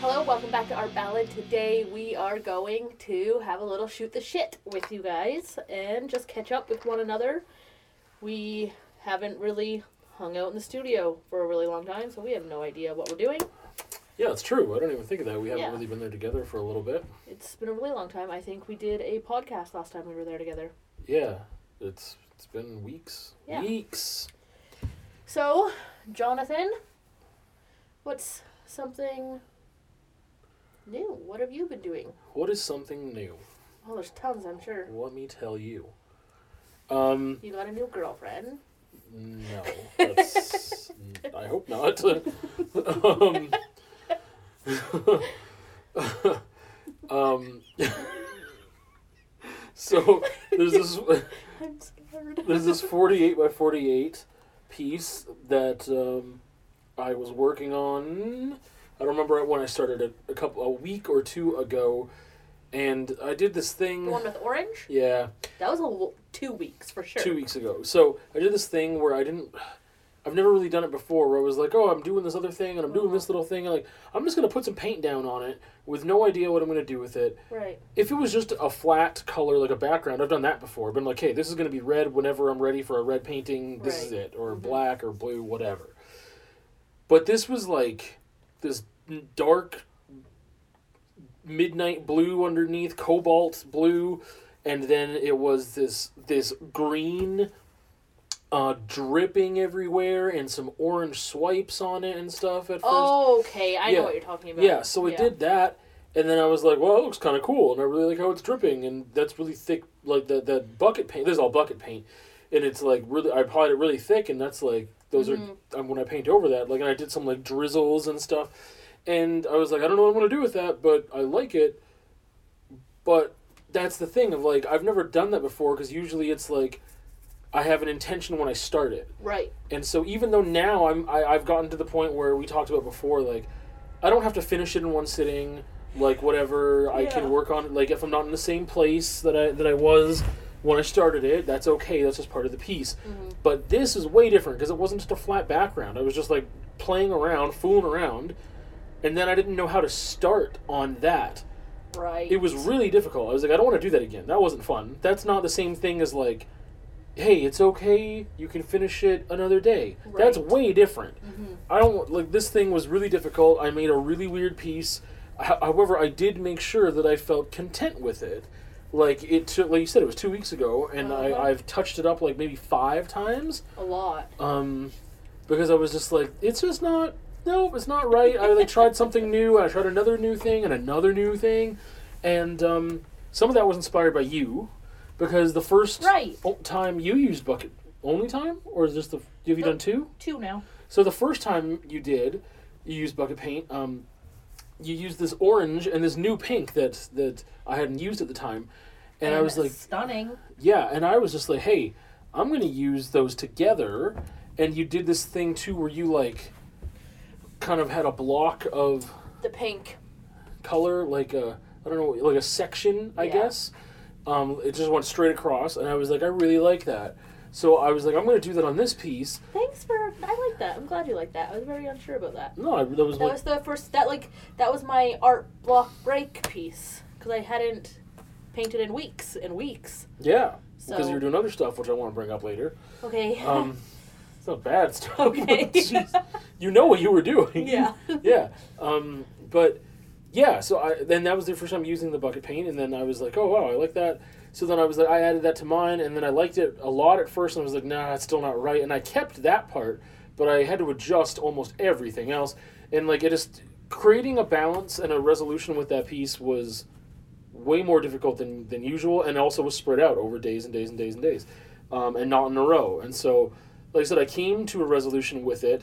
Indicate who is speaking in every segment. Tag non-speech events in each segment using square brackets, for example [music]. Speaker 1: Hello, welcome back to Art Ballad. Today we are going to have a little shoot the shit with you guys and just catch up with one another. We haven't really hung out in the studio for a really long time, so we have no idea what we're doing.
Speaker 2: Yeah, it's true. I don't even think of that. We haven't
Speaker 1: Yeah.
Speaker 2: really been there together for a little bit.
Speaker 1: It's been a really long time. I think we did a podcast last time we were there together.
Speaker 2: Yeah, it's it's been weeks.
Speaker 1: Yeah.
Speaker 2: Weeks.
Speaker 1: So, Jonathan, what's something new? What have you been doing?
Speaker 2: What is something new?
Speaker 1: Oh, there's tons, I'm sure.
Speaker 2: Let me tell you. Um,
Speaker 1: You got a new girlfriend. [laughs]
Speaker 2: no. That's, I hope not. [laughs] um, [laughs] um, [laughs] so there's this.
Speaker 1: I'm scared.
Speaker 2: there's this 48 by 48 piece that um, I was working on. I don't remember when I started it, a couple a week or two ago, and I did this
Speaker 1: The one
Speaker 2: thing.
Speaker 1: with orange?
Speaker 2: Yeah,
Speaker 1: That was a l- two weeks for sure.
Speaker 2: two weeks ago. So I did this thing where I didn't. I've never really done it before. Where I was like, "Oh, I'm doing this other thing, and I'm doing this
Speaker 1: Oh.
Speaker 2: little thing, and like, I'm just gonna put some paint down on it with no idea what I'm gonna do with it."
Speaker 1: Right.
Speaker 2: if it was just a flat color like a background i've done that before been like hey this is going to be red whenever i'm ready for a red painting this is
Speaker 1: Right.
Speaker 2: it or black or blue whatever but this was like this n- dark midnight blue underneath cobalt blue and then it was this this green uh, dripping everywhere and some orange swipes on it and stuff at first
Speaker 1: Okay, I
Speaker 2: Yeah.
Speaker 1: know what you're talking about.
Speaker 2: yeah, so it did that, and then I was like, "Well, it looks kind of cool," and I really like how it's dripping, and that's really thick, like that that bucket paint. This is all bucket paint, and it's like really, I applied it really thick, and that's like those
Speaker 1: Mm-hmm.
Speaker 2: are um, when I paint over that, like, and I did some like drizzles and stuff, and I was like, I don't know what I'm gonna do with that, but I like it, but that's the thing of like I've never done that before because usually it's like I have an intention when I start it.
Speaker 1: Right.
Speaker 2: And so even though now I'm I, I've gotten to the point where we talked about before, like I don't have to finish it in one sitting, like whatever I
Speaker 1: Yeah.
Speaker 2: can work on it. Like if I'm not in the same place that I that I was when I started it, that's okay. That's just part of the piece. But this is way different because it wasn't just a flat background. I was just like playing around, fooling around, and then I didn't know how to start on that
Speaker 1: Right.
Speaker 2: it was really difficult. I was like, I don't want to do that again. That wasn't fun. That's not the same thing as like, hey, it's okay. You can finish it another day.
Speaker 1: Right.
Speaker 2: That's
Speaker 1: Mm-hmm.
Speaker 2: way different. I don't like this thing was really difficult. I made a really weird piece. H- however, I did make sure that I felt content with it. Like it took, like you said, it was two weeks ago, and
Speaker 1: Uh-huh.
Speaker 2: I, I've touched it up like maybe five times
Speaker 1: a lot.
Speaker 2: um, because I was just like, it's just not. No, it's not right. I like tried something new. and I tried another new thing and another new thing, and um, some of that was inspired by you, because the first
Speaker 1: Right.
Speaker 2: o- time you used bucket only time, or is this the have you
Speaker 1: No.
Speaker 2: done two?
Speaker 1: Two now.
Speaker 2: So the first time you did, you used bucket paint. Um, you used this orange and this new pink that that I hadn't used at the time, and I was like,
Speaker 1: stunning.
Speaker 2: yeah, and I was just like, hey, I'm going to use those together. And you did this thing too where you like kind of had a block of
Speaker 1: The pink.
Speaker 2: color, like a, I don't know, like a section, I
Speaker 1: Yeah.
Speaker 2: guess. Um, it just went straight across. And I was like, I really like that. So I was like, I'm going to do that on this piece.
Speaker 1: Thanks for. I like that. I'm glad you like that. I was very unsure about that.
Speaker 2: No, I, that was
Speaker 1: That
Speaker 2: like,
Speaker 1: was the first. That like that was my art block break piece because I hadn't painted in weeks and weeks.
Speaker 2: yeah,
Speaker 1: So
Speaker 2: because you were doing other stuff, which I want to bring up later.
Speaker 1: okay.
Speaker 2: [laughs] Um, it's not bad
Speaker 1: [laughs]
Speaker 2: stuff.
Speaker 1: Okay.
Speaker 2: [laughs] Jeez. you know what you were doing.
Speaker 1: yeah. [laughs]
Speaker 2: yeah. Um, but yeah, so I then that was the first time using the bucket paint, and then I was like, oh wow, I like that. So then I was like, I added that to mine, and then I liked it a lot at first, and I was like, nah, it's still not right, and I kept that part, but I had to adjust almost everything else, and like it just creating a balance and a resolution with that piece was way more difficult than than usual, and also was spread out over days and days and days and days, um, and not in a row, and so. Like I said, I came to a resolution with it,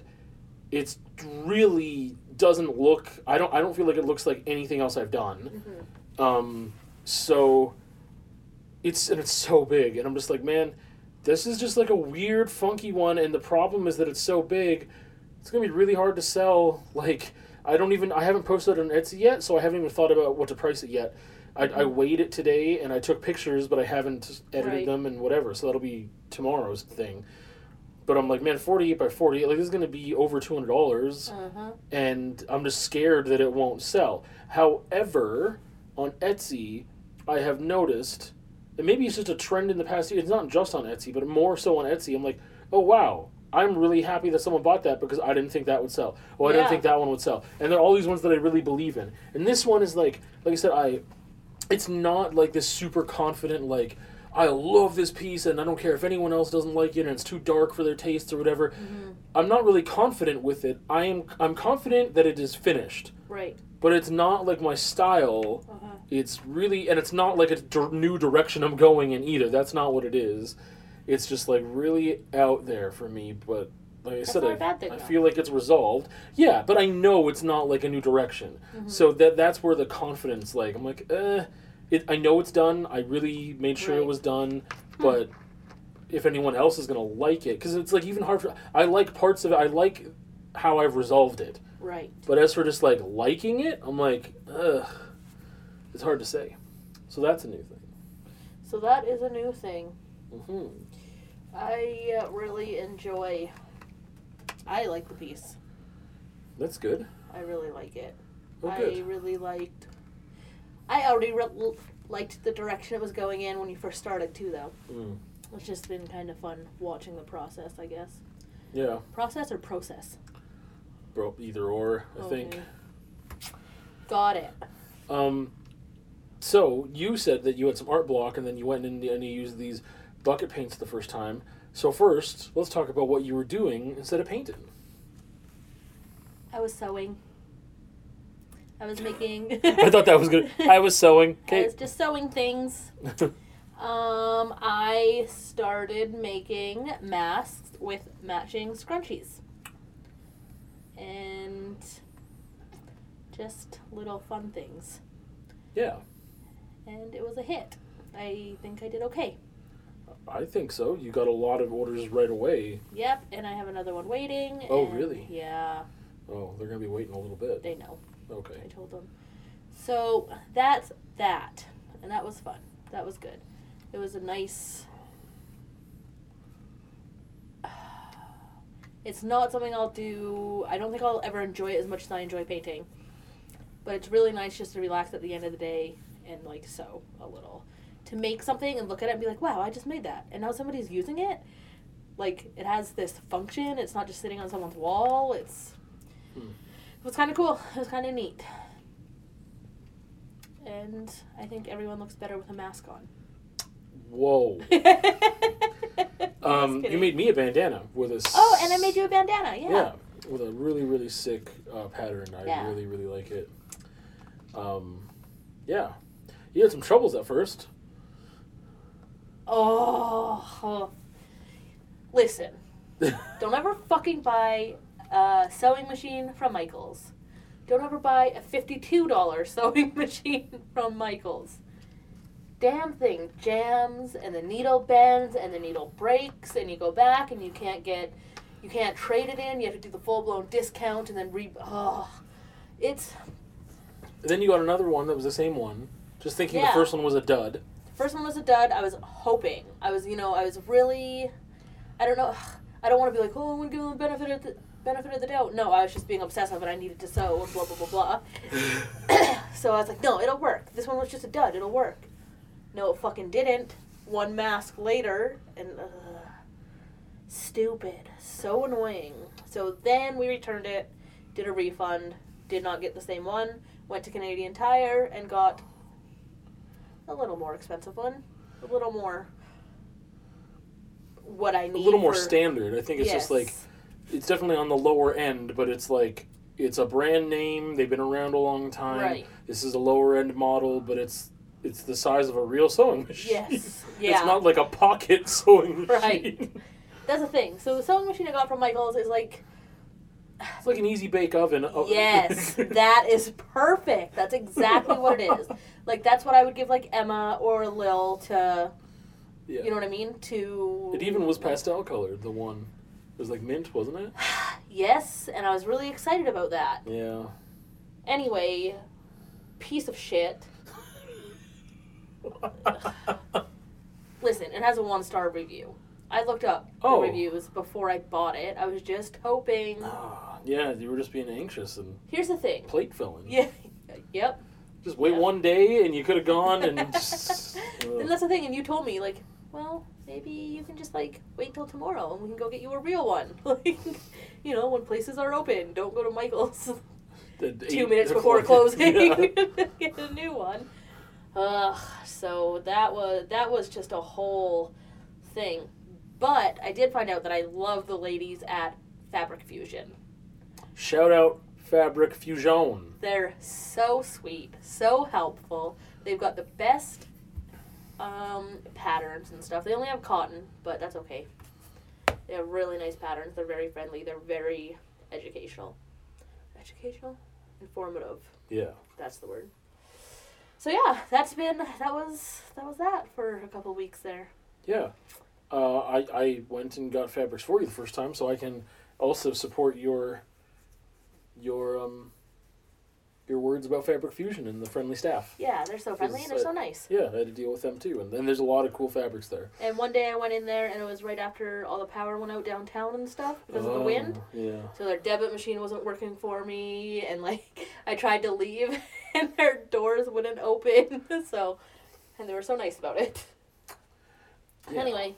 Speaker 2: it's really doesn't look I don't I don't feel like it looks like anything else I've done.
Speaker 1: Mm-hmm.
Speaker 2: Um so it's and it's so big and I'm just like, man, this is just like a weird funky one and the problem is that it's so big. It's going to be really hard to sell like I don't even I haven't posted it on Etsy yet, so I haven't even thought about what to price it yet. I, I weighed it today and I took pictures, but I haven't edited
Speaker 1: Right.
Speaker 2: them and whatever. So that'll be tomorrow's thing. But I'm like, man, 48 by 40, like this is gonna be over two hundred dollars,
Speaker 1: Uh-huh.
Speaker 2: and I'm just scared that it won't sell. However, on Etsy, I have noticed, and maybe it's just a trend in the past year. It's not just on Etsy, but more so on Etsy. I'm like, oh wow. I'm really happy that someone bought that because I didn't think that would sell. Oh, I
Speaker 1: Yeah.
Speaker 2: didn't think that one would sell. And there are all these ones that I really believe in. And this one is like, like I said, I it's not like this super confident like I love this piece and I don't care if anyone else doesn't like it and it's too dark for their tastes or whatever. I'm not really confident with it. I am I'm confident that it is finished,
Speaker 1: Right.
Speaker 2: but it's not like my style.
Speaker 1: Uh-huh.
Speaker 2: It's really and it's not like a dir- new direction I'm going in either. That's not what it is. It's just like really out there for me, but like I said,
Speaker 1: not a
Speaker 2: I,
Speaker 1: bad thing,
Speaker 2: I
Speaker 1: though.
Speaker 2: feel like it's resolved. Yeah, but I know it's not like a new direction.
Speaker 1: Mm-hmm.
Speaker 2: So that that's where the confidence, like I'm like, eh, it, I know it's done. I really made sure
Speaker 1: Right. Hmm.
Speaker 2: it was done, but if anyone else is gonna like it, because it's like even hard for I like parts of it. I like how I've resolved it,
Speaker 1: Right.
Speaker 2: but as for just like liking it, I'm like, ugh, it's hard to say. So that's a new thing.
Speaker 1: So that is a new thing.
Speaker 2: hmm
Speaker 1: I uh, really enjoy. I like the piece.
Speaker 2: That's good.
Speaker 1: I really like it.
Speaker 2: Oh,
Speaker 1: I
Speaker 2: good.
Speaker 1: really liked. I already re- l- liked the direction it was going in when you first started too, though.
Speaker 2: Mm.
Speaker 1: It's just been kind of fun watching the process, I guess.
Speaker 2: Yeah,
Speaker 1: Process or process?
Speaker 2: bro. Either or, I think.
Speaker 1: Okay. Got it.
Speaker 2: Um, so you said that you had some art block, and then you went in and you used these bucket paints the first time. So first, let's talk about what you were doing instead of painting. [laughs]
Speaker 1: I was sewing. I
Speaker 2: [laughs]
Speaker 1: was making.
Speaker 2: I thought that was good.
Speaker 1: [laughs]
Speaker 2: I was sewing.
Speaker 1: I was
Speaker 2: Kate.
Speaker 1: just sewing things. Um, I started making masks with matching scrunchies. And just little fun things.
Speaker 2: yeah,
Speaker 1: And it was a hit. I think I did okay.
Speaker 2: I think so. You got a lot of orders right away.
Speaker 1: Yep, and I have another one waiting.
Speaker 2: Oh,
Speaker 1: and-
Speaker 2: really?
Speaker 1: Yeah,
Speaker 2: Oh, they're gonna be waiting a little bit.
Speaker 1: they know.
Speaker 2: Okay.
Speaker 1: I told them. So that's that. And that was fun. That was good. It was a nice. [sighs] It's not something I'll do. I don't think I'll ever enjoy it as much as I enjoy painting. But it's really nice just to relax at the end of the day and like sew a little. To make something and look at it and be like, wow, I just made that. And now somebody's using it. Like, it has this function. It's not just sitting on someone's wall. It's
Speaker 2: Hmm.
Speaker 1: it was kind of cool. It was kind of neat. And I think everyone looks better with a mask on. [laughs]
Speaker 2: Whoa. Um,
Speaker 1: Just
Speaker 2: you
Speaker 1: kidding.
Speaker 2: made me a bandana with a. s-
Speaker 1: Oh, and I made you a bandana. Yeah.
Speaker 2: yeah with a really really sick uh, pattern i
Speaker 1: Yeah.
Speaker 2: really really like it um yeah you had some troubles at first
Speaker 1: Oh. Listen, don't ever fucking buy a sewing machine from Michaels. Don't ever buy a $52 [laughs] sewing machine from Michaels. Damn thing jams and the needle bends and the needle breaks and you go back and you can't get you can't trade it in. You have to do the full-blown discount and then re oh. It's
Speaker 2: [laughs] then you got another one that was the same one just thinking
Speaker 1: Yeah.
Speaker 2: the first one was a dud
Speaker 1: First one was a dud. I was hoping. I was, you know, I was really. I don't know. [sighs] I don't want to be like, oh, I'm gonna give them the benefit of the benefit of the doubt. No, I was just being obsessive, and I needed to sew and blah blah blah blah. so I was like, no, it'll work. This one was just a dud. It'll work. No, it fucking didn't. One mask later, and uh, stupid. So annoying. So then we returned it, did a refund, did not get the same one. Went to Canadian Tire and got a little more expensive one, a little more what I
Speaker 2: a
Speaker 1: need.
Speaker 2: little more
Speaker 1: for-
Speaker 2: standard i think it's just like
Speaker 1: Yes.
Speaker 2: it's definitely on the lower end but it's like it's a brand name they've been around a long time
Speaker 1: Right.
Speaker 2: this is a lower end model but it's it's the size of a real sewing machine
Speaker 1: Yes. Yeah.
Speaker 2: [laughs] it's not like a pocket [laughs] sewing machine
Speaker 1: Right. That's the thing. So the sewing machine I got from Michaels is like
Speaker 2: it's like an easy bake oven Oh. [laughs]
Speaker 1: Yes, that is perfect. That's exactly what it is. Like that's what I would give like Emma or Lil to
Speaker 2: yeah.
Speaker 1: you know what I mean? To
Speaker 2: It even was pastel colored, the one. It was like mint, wasn't it?
Speaker 1: Yes, and I was really excited about that.
Speaker 2: Yeah.
Speaker 1: Anyway, piece of shit. Listen, it has a one star review. I looked up
Speaker 2: Oh.
Speaker 1: the reviews before I bought it. I was just hoping.
Speaker 2: [laughs] Ah, yeah, you were just being anxious and
Speaker 1: Here's the thing.
Speaker 2: plate filling.
Speaker 1: [laughs] Yeah. Yep.
Speaker 2: Just wait
Speaker 1: Yeah.
Speaker 2: one day and you could have
Speaker 1: [laughs]
Speaker 2: gone and. just- uh,
Speaker 1: And that's the thing. And you told me like, well, maybe you can just like wait till tomorrow and we can go get you a real one. [laughs] Like, you know, when places are open, don't go to Michael's [laughs]
Speaker 2: At
Speaker 1: two
Speaker 2: eight
Speaker 1: minutes before
Speaker 2: o'clock.
Speaker 1: closing.
Speaker 2: [laughs] Yeah.
Speaker 1: [laughs] Get a new one. Ugh. So that was that was just a whole thing. But I did find out that I love the ladies at Fabric Fusion.
Speaker 2: Shout out Fabric Fusion.
Speaker 1: They're so sweet, so helpful. They've got the best um, patterns and stuff. They only have cotton, but that's okay. They have really nice patterns. They're very friendly. They're very educational. Educational? Informative.
Speaker 2: Yeah.
Speaker 1: That's the word. So yeah, that's been that was that was that for a couple weeks there.
Speaker 2: Yeah. Uh, I, I went and got fabrics for you the first time, so I can also support your your um your words about fabric fusion and the friendly staff.
Speaker 1: Yeah, they're so friendly and they're so nice.
Speaker 2: Yeah, I had to deal with them too, and then there's a lot of cool fabrics there.
Speaker 1: And one day I went in there and it was right after all the power went out downtown and stuff because of the wind.
Speaker 2: Oh, Yeah.
Speaker 1: So their debit machine wasn't working for me, and like [laughs] I tried to leave, [laughs] and their doors wouldn't open. [laughs] So, and they were so nice about it.
Speaker 2: Yeah.
Speaker 1: Anyway,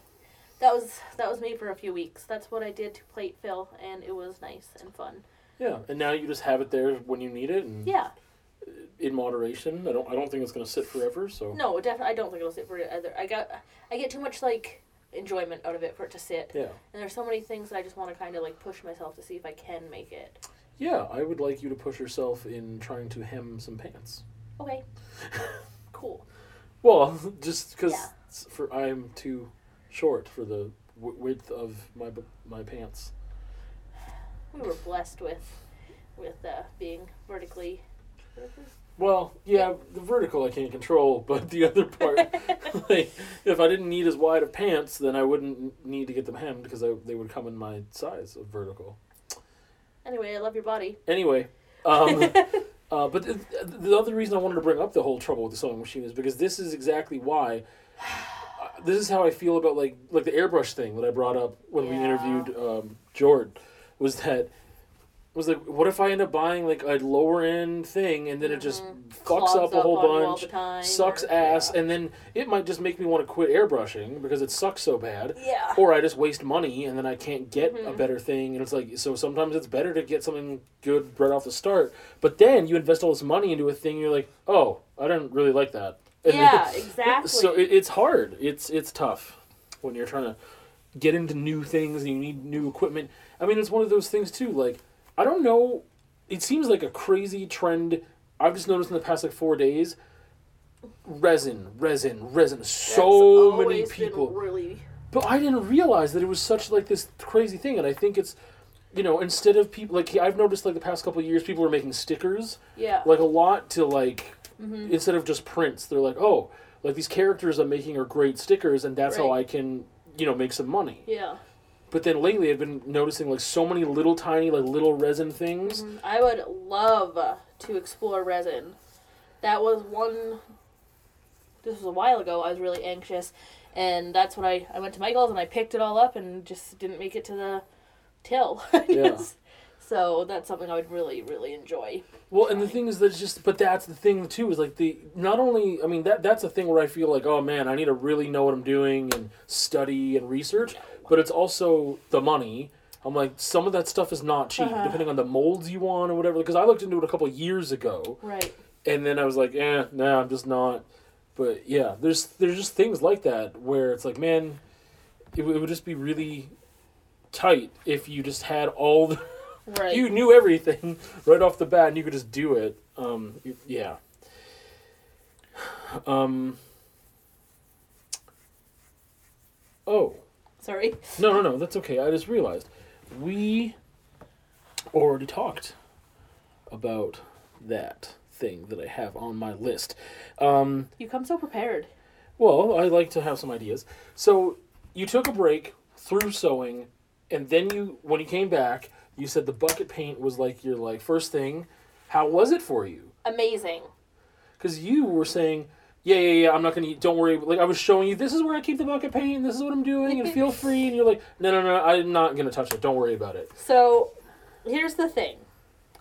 Speaker 1: that was that was me for a few weeks. That's what I did to plate fill, and it was nice and fun.
Speaker 2: Yeah, and now you just have it there when you need it, and
Speaker 1: Yeah,
Speaker 2: in moderation. I don't I don't think it's gonna sit forever. So
Speaker 1: no, definitely. I don't think it'll sit for either. I got I get too much like enjoyment out of it for it to sit,
Speaker 2: yeah,
Speaker 1: and there's so many things that I just want to kind of like push myself to see if I can make it.
Speaker 2: yeah. I would like you to push yourself in trying to hem some pants. [laughs]
Speaker 1: Okay, cool.
Speaker 2: Well, [laughs] just because
Speaker 1: Yeah.
Speaker 2: for I'm too short for the w- width of my b- my pants.
Speaker 1: we were blessed with with uh, being vertically
Speaker 2: Well, yeah, the vertical I can't control, [laughs] but the other part, like, if I didn't need as wide of pants, then I wouldn't need to get them hemmed because I, they would come in my size of vertical.
Speaker 1: anyway i love your body
Speaker 2: Anyway,
Speaker 1: [laughs]
Speaker 2: um, uh, but the, the other reason I wanted to bring up the whole trouble with the sewing machine is because this is exactly why. uh, This is how I feel about like like the airbrush thing that I brought up when we
Speaker 1: Yeah.
Speaker 2: interviewed um, Jord, was that was like what if I end up buying like a lower end thing and then it just fucks
Speaker 1: Mm-hmm. Clogs
Speaker 2: up a whole
Speaker 1: on you all
Speaker 2: bunch,
Speaker 1: the time,
Speaker 2: sucks
Speaker 1: or-
Speaker 2: ass, and then it might just make me want to quit airbrushing because it sucks so bad
Speaker 1: yeah
Speaker 2: or I just waste money and then I can't get a
Speaker 1: Mhm.
Speaker 2: better thing. And it's like, so sometimes it's better to get something good right off the start. But then you invest all this money into a thing, and you're like, oh, I didn't really like that. And
Speaker 1: yeah
Speaker 2: then-
Speaker 1: exactly
Speaker 2: [laughs] So it, it's hard. It's it's tough when you're trying to get into new things and you need new equipment. I mean, it's one of those things too. Like, I don't know. It seems like a crazy trend. I've just noticed in the past like four days. Resin, resin, resin.
Speaker 1: That's
Speaker 2: So many
Speaker 1: always been
Speaker 2: people.
Speaker 1: really
Speaker 2: But I didn't realize that it was such like this crazy thing, and I think it's, you know, instead of people like I've noticed like the past couple of years, people are making stickers
Speaker 1: yeah
Speaker 2: like a lot to like instead of just prints. They're like, oh, like these characters I'm making are great stickers, and that's how
Speaker 1: Right.
Speaker 2: I can you know make some money.
Speaker 1: yeah
Speaker 2: But then lately, I've been noticing like so many little tiny like little resin things.
Speaker 1: i would love uh, to explore resin that was one this was a while ago i was really anxious and that's when i i went to michael's and i picked it all up and just didn't make it to the till [laughs] I
Speaker 2: Yeah.
Speaker 1: guess. so that's something i would really really enjoy
Speaker 2: Well, and the thing is that it's just, but that's the thing too is like the not only I mean that that's a thing where I feel like oh man I need to really know what I'm doing and study and research, but it's also the money. I'm like some of that stuff is not cheap
Speaker 1: Uh-huh.
Speaker 2: depending on the molds you want or whatever. Because I looked into it a couple of years ago,
Speaker 1: right
Speaker 2: and then I was like, eh, nah, I'm just not. But yeah, there's there's just things like that where it's like man, it, would- it would just be really tight if you just had all the
Speaker 1: right
Speaker 2: you knew everything [laughs] right off the bat and you could just do it um you- yeah um oh
Speaker 1: sorry
Speaker 2: no no no that's okay i just realized we already talked about that thing that i have on my list um
Speaker 1: You come so prepared.
Speaker 2: Well, I like to have some ideas. So you took a break through sewing, and then you, when you came back, you said the bucket paint was like your like first thing. How was it for you?
Speaker 1: Amazing.
Speaker 2: Because you were saying yeah, yeah, yeah, I'm not gonna. Don't worry. Like I was showing you, this is where I keep the bucket paint. This is what I'm doing, and feel free. And you're like, no, no, no, I'm not gonna touch it. Don't worry about it. [laughs]
Speaker 1: So, here's the thing.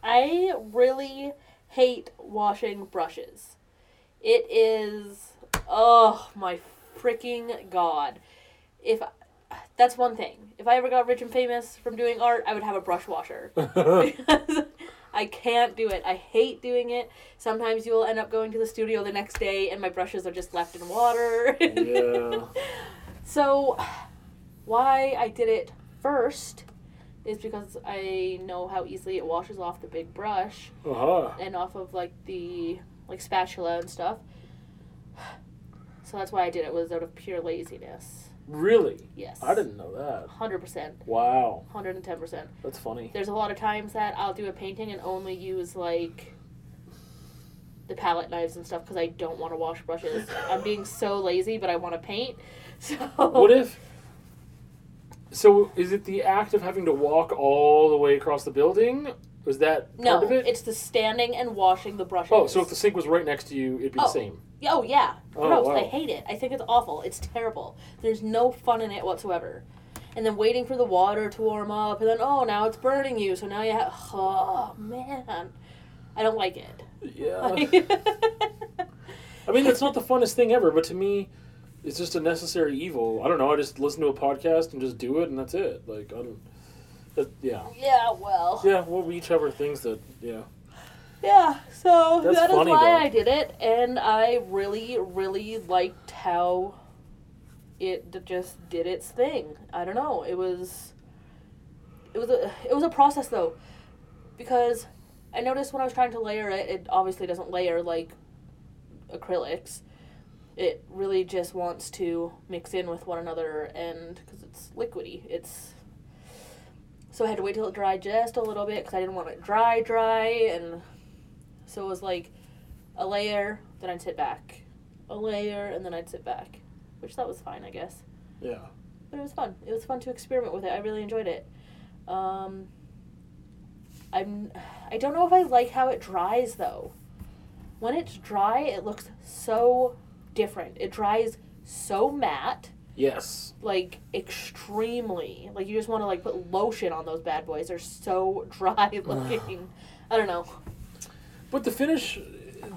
Speaker 1: I really hate washing brushes. It is oh my freaking god. If that's one thing. If I ever got rich and famous from doing art, I would have a brush washer. [laughs] Because I can't do it. I hate doing it. Sometimes you will end up going to the studio the next day and my brushes are just left in water. [laughs]
Speaker 2: yeah.
Speaker 1: So, why I did it first is because I know how easily it washes off the big brush
Speaker 2: Uh huh.
Speaker 1: and off of like the like spatula and stuff. So that's why I did it was out of pure laziness.
Speaker 2: Really?
Speaker 1: Yes.
Speaker 2: I didn't know that.
Speaker 1: 100%,
Speaker 2: Wow,
Speaker 1: 110%.
Speaker 2: that's funny.
Speaker 1: There's a lot of times that I'll do a painting and only use like the palette knives and stuff because I don't want to wash brushes. I'm being so lazy, but I want to paint. [laughs] So Oh.
Speaker 2: What if? So is it the act of having to walk all the way across the building? Was that
Speaker 1: No,
Speaker 2: part of it?
Speaker 1: it's the standing and washing the brushes.
Speaker 2: oh, so if the sink was right next to you, it'd be
Speaker 1: Oh.
Speaker 2: the same.
Speaker 1: Yeah, Oh yeah,
Speaker 2: Oh,
Speaker 1: gross!
Speaker 2: wow.
Speaker 1: I hate it. I think it's awful. It's terrible. There's no fun in it whatsoever. And then waiting for the water to warm up, and then oh now it's burning you, so now you have oh man, I don't like it.
Speaker 2: Yeah. I mean, it's not the funnest thing ever, but to me, it's just a necessary evil. I don't know. I just listen to a podcast and just do it, and that's it. Like I don't. That, yeah.
Speaker 1: [laughs] yeah, well,
Speaker 2: Yeah. Well, we each have our things that. Yeah.
Speaker 1: yeah. So
Speaker 2: That's
Speaker 1: that is
Speaker 2: funny,
Speaker 1: why
Speaker 2: though.
Speaker 1: I did it, and I really, really liked how it d- just did its thing. I don't know. It was it was a it was a process though, because I noticed when I was trying to layer it, it obviously doesn't layer like acrylics. It really just wants to mix in with one another, and because it's liquidy, it's. So I had to wait till it dried just a little bit because I didn't want it dry, dry, and so it was like a layer, then I'd sit back, a layer, and then I'd sit back, which that was fine, I guess
Speaker 2: Yeah.
Speaker 1: but it was fun. It was fun to experiment with it. I really enjoyed it. Um, I'm. I don't know if I like how it dries though. When it's dry, it looks so different. It dries so matte,
Speaker 2: Yes.
Speaker 1: like extremely. Like you just want to like put lotion on those bad boys. They're so [laughs] dry looking. I don't know.
Speaker 2: But the finish,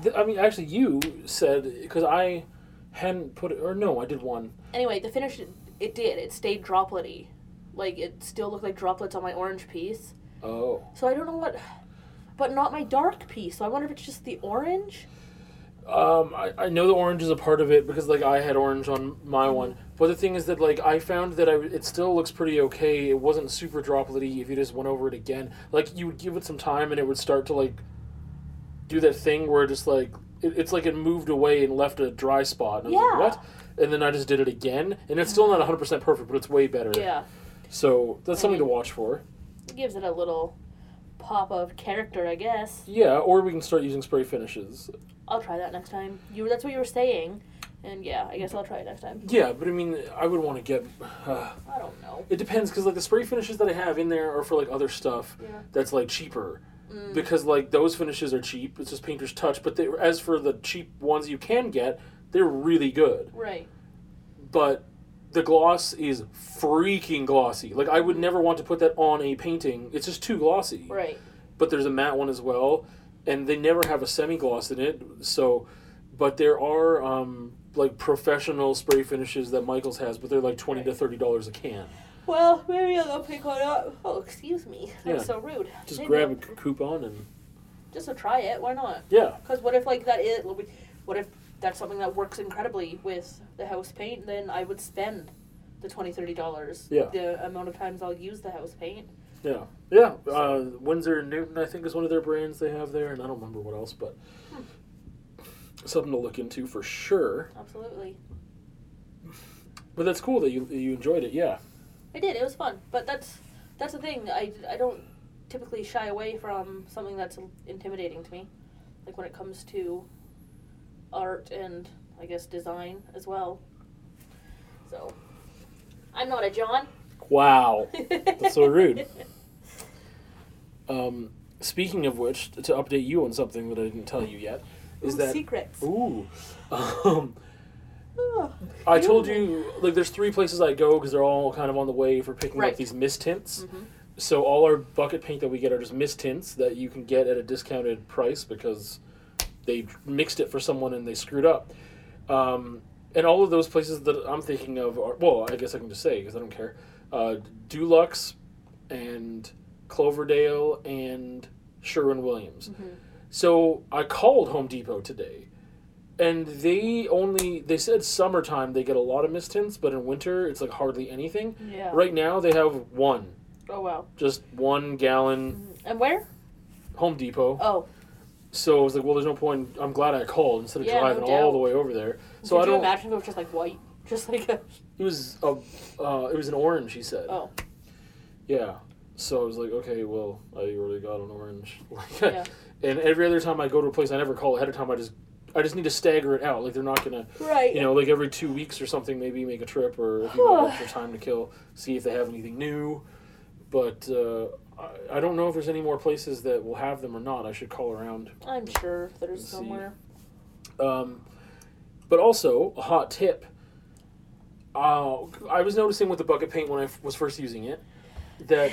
Speaker 2: th- I mean, actually, you said because I hadn't put it, or no, I did one.
Speaker 1: Anyway, the finish it, it did. It stayed dropletty. Like it still looked like droplets on my orange piece.
Speaker 2: Oh.
Speaker 1: So I don't know what, but not my dark piece. So I wonder if it's just the orange.
Speaker 2: Um, I, I know the orange is a part of it because like I had orange on my one. But the thing is that like I found that I it still looks pretty okay. It wasn't super droplety if you just went over it again. Like you would give it some time and it would start to like do that thing where it just like it, it's like it moved away and left a dry spot. And I was
Speaker 1: Yeah.
Speaker 2: like, what? And then I just did it again, and it's still not 100% perfect, but it's way better.
Speaker 1: Yeah,
Speaker 2: So that's something to
Speaker 1: mean-
Speaker 2: watch for.
Speaker 1: it gives it a little pop of character, I guess.
Speaker 2: Yeah, or we can start using spray finishes.
Speaker 1: I'll try that next time. You that's what you were saying, and yeah, I guess I'll try it next time.
Speaker 2: Yeah, but I mean, I would want to get. Uh,
Speaker 1: I don't know.
Speaker 2: it depends because like the spray finishes that I have in there are for like other stuff
Speaker 1: Yeah.
Speaker 2: that's like cheaper. Because like those finishes are cheap. It's just painter's touch. But they, as for the cheap ones you can get, they're really good.
Speaker 1: Right.
Speaker 2: But the gloss is freaking glossy. Like I would never want to put that on a painting. It's just too glossy.
Speaker 1: Right.
Speaker 2: but there's a matte one as well, and they never have a semi gloss in it. So, but there are um, like professional spray finishes that Michaels has, but they're like twenty to thirty dollars a can.
Speaker 1: Well, maybe I'll go pick one up. Oh, excuse me. I'm
Speaker 2: Yeah.
Speaker 1: so rude.
Speaker 2: Just
Speaker 1: Maybe
Speaker 2: grab
Speaker 1: I'll-
Speaker 2: a c- coupon and
Speaker 1: Just to try it. Why not?
Speaker 2: yeah,
Speaker 1: Because what if like that is? What if that's something that works incredibly with the house paint? Then I would spend the twenty thirty dollars.
Speaker 2: Yeah.
Speaker 1: The amount of times I'll use the house paint.
Speaker 2: yeah, yeah. Uh, Windsor and Newton, I think, is one of their brands they have there, and I don't remember what else, but
Speaker 1: Hmm.
Speaker 2: something to look into for sure.
Speaker 1: Absolutely.
Speaker 2: But that's cool that you you enjoyed it. Yeah,
Speaker 1: I did. It was fun. But that's that's the thing. I, I don't typically shy away from something that's intimidating to me. Like when it comes to art and I guess design as well. So I'm not a John.
Speaker 2: wow.
Speaker 1: [laughs]
Speaker 2: That's so rude. Um, speaking of which, to update you on something that I didn't tell you yet, is
Speaker 1: Ooh,
Speaker 2: that
Speaker 1: secrets?
Speaker 2: ooh. Um,
Speaker 1: Oh.
Speaker 2: I told you like there's three places I go because they're all kind of on the way for picking
Speaker 1: Right.
Speaker 2: up these mist tints.
Speaker 1: Mhm.
Speaker 2: So all our bucket paint that we get are just mist tints that you can get at a discounted price because they mixed it for someone and they screwed up. Um, and all of those places that I'm thinking of are well, I guess I can just say because I don't care. Uh, Dulux and Cloverdale and Sherwin Williams. So I called Home Depot today, and they only they said summertime they get a lot of mist tints, but in winter it's like hardly anything.
Speaker 1: Yeah.
Speaker 2: Right now they have one,
Speaker 1: Oh wow.
Speaker 2: just one gallon
Speaker 1: And where?
Speaker 2: Home Depot.
Speaker 1: Oh,
Speaker 2: So I was like, well, there's no point. I'm glad I called instead of
Speaker 1: Yeah, no
Speaker 2: driving all
Speaker 1: doubt.
Speaker 2: the way over there.
Speaker 1: could
Speaker 2: So I
Speaker 1: you
Speaker 2: don't.
Speaker 1: imagine if it was just like white, just like a
Speaker 2: It was a, uh, it was an orange. He said.
Speaker 1: oh
Speaker 2: Yeah. So I was like, okay, well, I already got an orange. [laughs] Like,
Speaker 1: Yeah.
Speaker 2: And every other time I go to a place, I never call ahead of time. I just, I just need to stagger it out. Like they're not gonna,
Speaker 1: right.
Speaker 2: you know, like every two weeks or something, maybe make a trip or if you have extra time to kill, see if they have anything new. But uh, I, I don't know if there's any more places that will have them or not. I should call around.
Speaker 1: I'm sure there's
Speaker 2: See.
Speaker 1: somewhere.
Speaker 2: Um, but also, a hot tip. Uh, I was noticing with the bucket paint when I f- was first using it that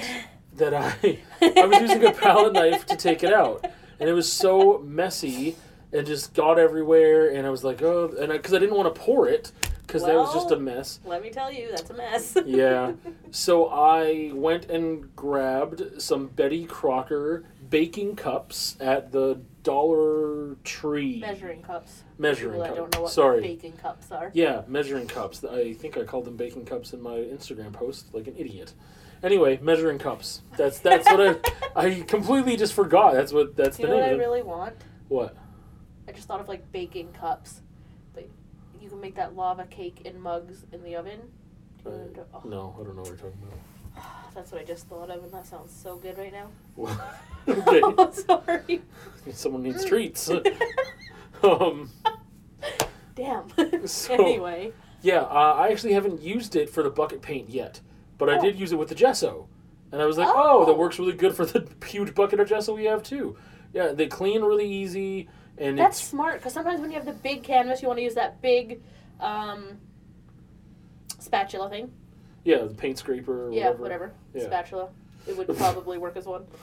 Speaker 2: that I [laughs] I was using
Speaker 1: [laughs]
Speaker 2: a palette knife to take it out, and it was so messy and just got everywhere. And I was like, oh, and because I, didn't want to pour it because that was just a
Speaker 1: Well-
Speaker 2: mess.
Speaker 1: Let me tell you, that's a mess.
Speaker 2: [laughs] Yeah. So I went and grabbed some Betty Crocker baking cups at the Dollar Tree
Speaker 1: Measuring cups.
Speaker 2: measuring
Speaker 1: People that
Speaker 2: cup.
Speaker 1: don't know what
Speaker 2: Sorry.
Speaker 1: baking cups are.
Speaker 2: Yeah, measuring cups. I think I called them baking cups in my Instagram post, like an idiot. Anyway, measuring cups. That's that's what I I completely just forgot. That's what that's
Speaker 1: Do you
Speaker 2: the
Speaker 1: know
Speaker 2: name.
Speaker 1: what I
Speaker 2: of it.
Speaker 1: really want?
Speaker 2: what?
Speaker 1: I just thought of like baking cups, but you can make that lava cake in mugs in the oven. Do you wanna
Speaker 2: Uh,
Speaker 1: do- oh,
Speaker 2: No, I don't know what you're talking
Speaker 1: that's what I just thought of, and that sounds so good right
Speaker 2: [laughs]
Speaker 1: now.
Speaker 2: about.
Speaker 1: [laughs]
Speaker 2: [laughs] okay,
Speaker 1: Oh, sorry.
Speaker 2: someone needs treats. [laughs] um,
Speaker 1: Damn. [laughs]
Speaker 2: So-
Speaker 1: anyway,
Speaker 2: yeah, uh, I actually haven't used it for the bucket paint yet, but I
Speaker 1: Oh.
Speaker 2: did use it with the gesso, and I was like, oh, that
Speaker 1: Oh.
Speaker 2: works really good for the [laughs] huge bucket of gesso we have too. Yeah, they clean really easy, and
Speaker 1: that's
Speaker 2: it's
Speaker 1: smart because sometimes when you have the big canvas, you want to use that big um, spatula thing.
Speaker 2: Yeah, the paint scraper or
Speaker 1: yeah,
Speaker 2: whatever.
Speaker 1: whatever.
Speaker 2: Yeah.
Speaker 1: Spatula. It would probably work as one.
Speaker 2: [laughs]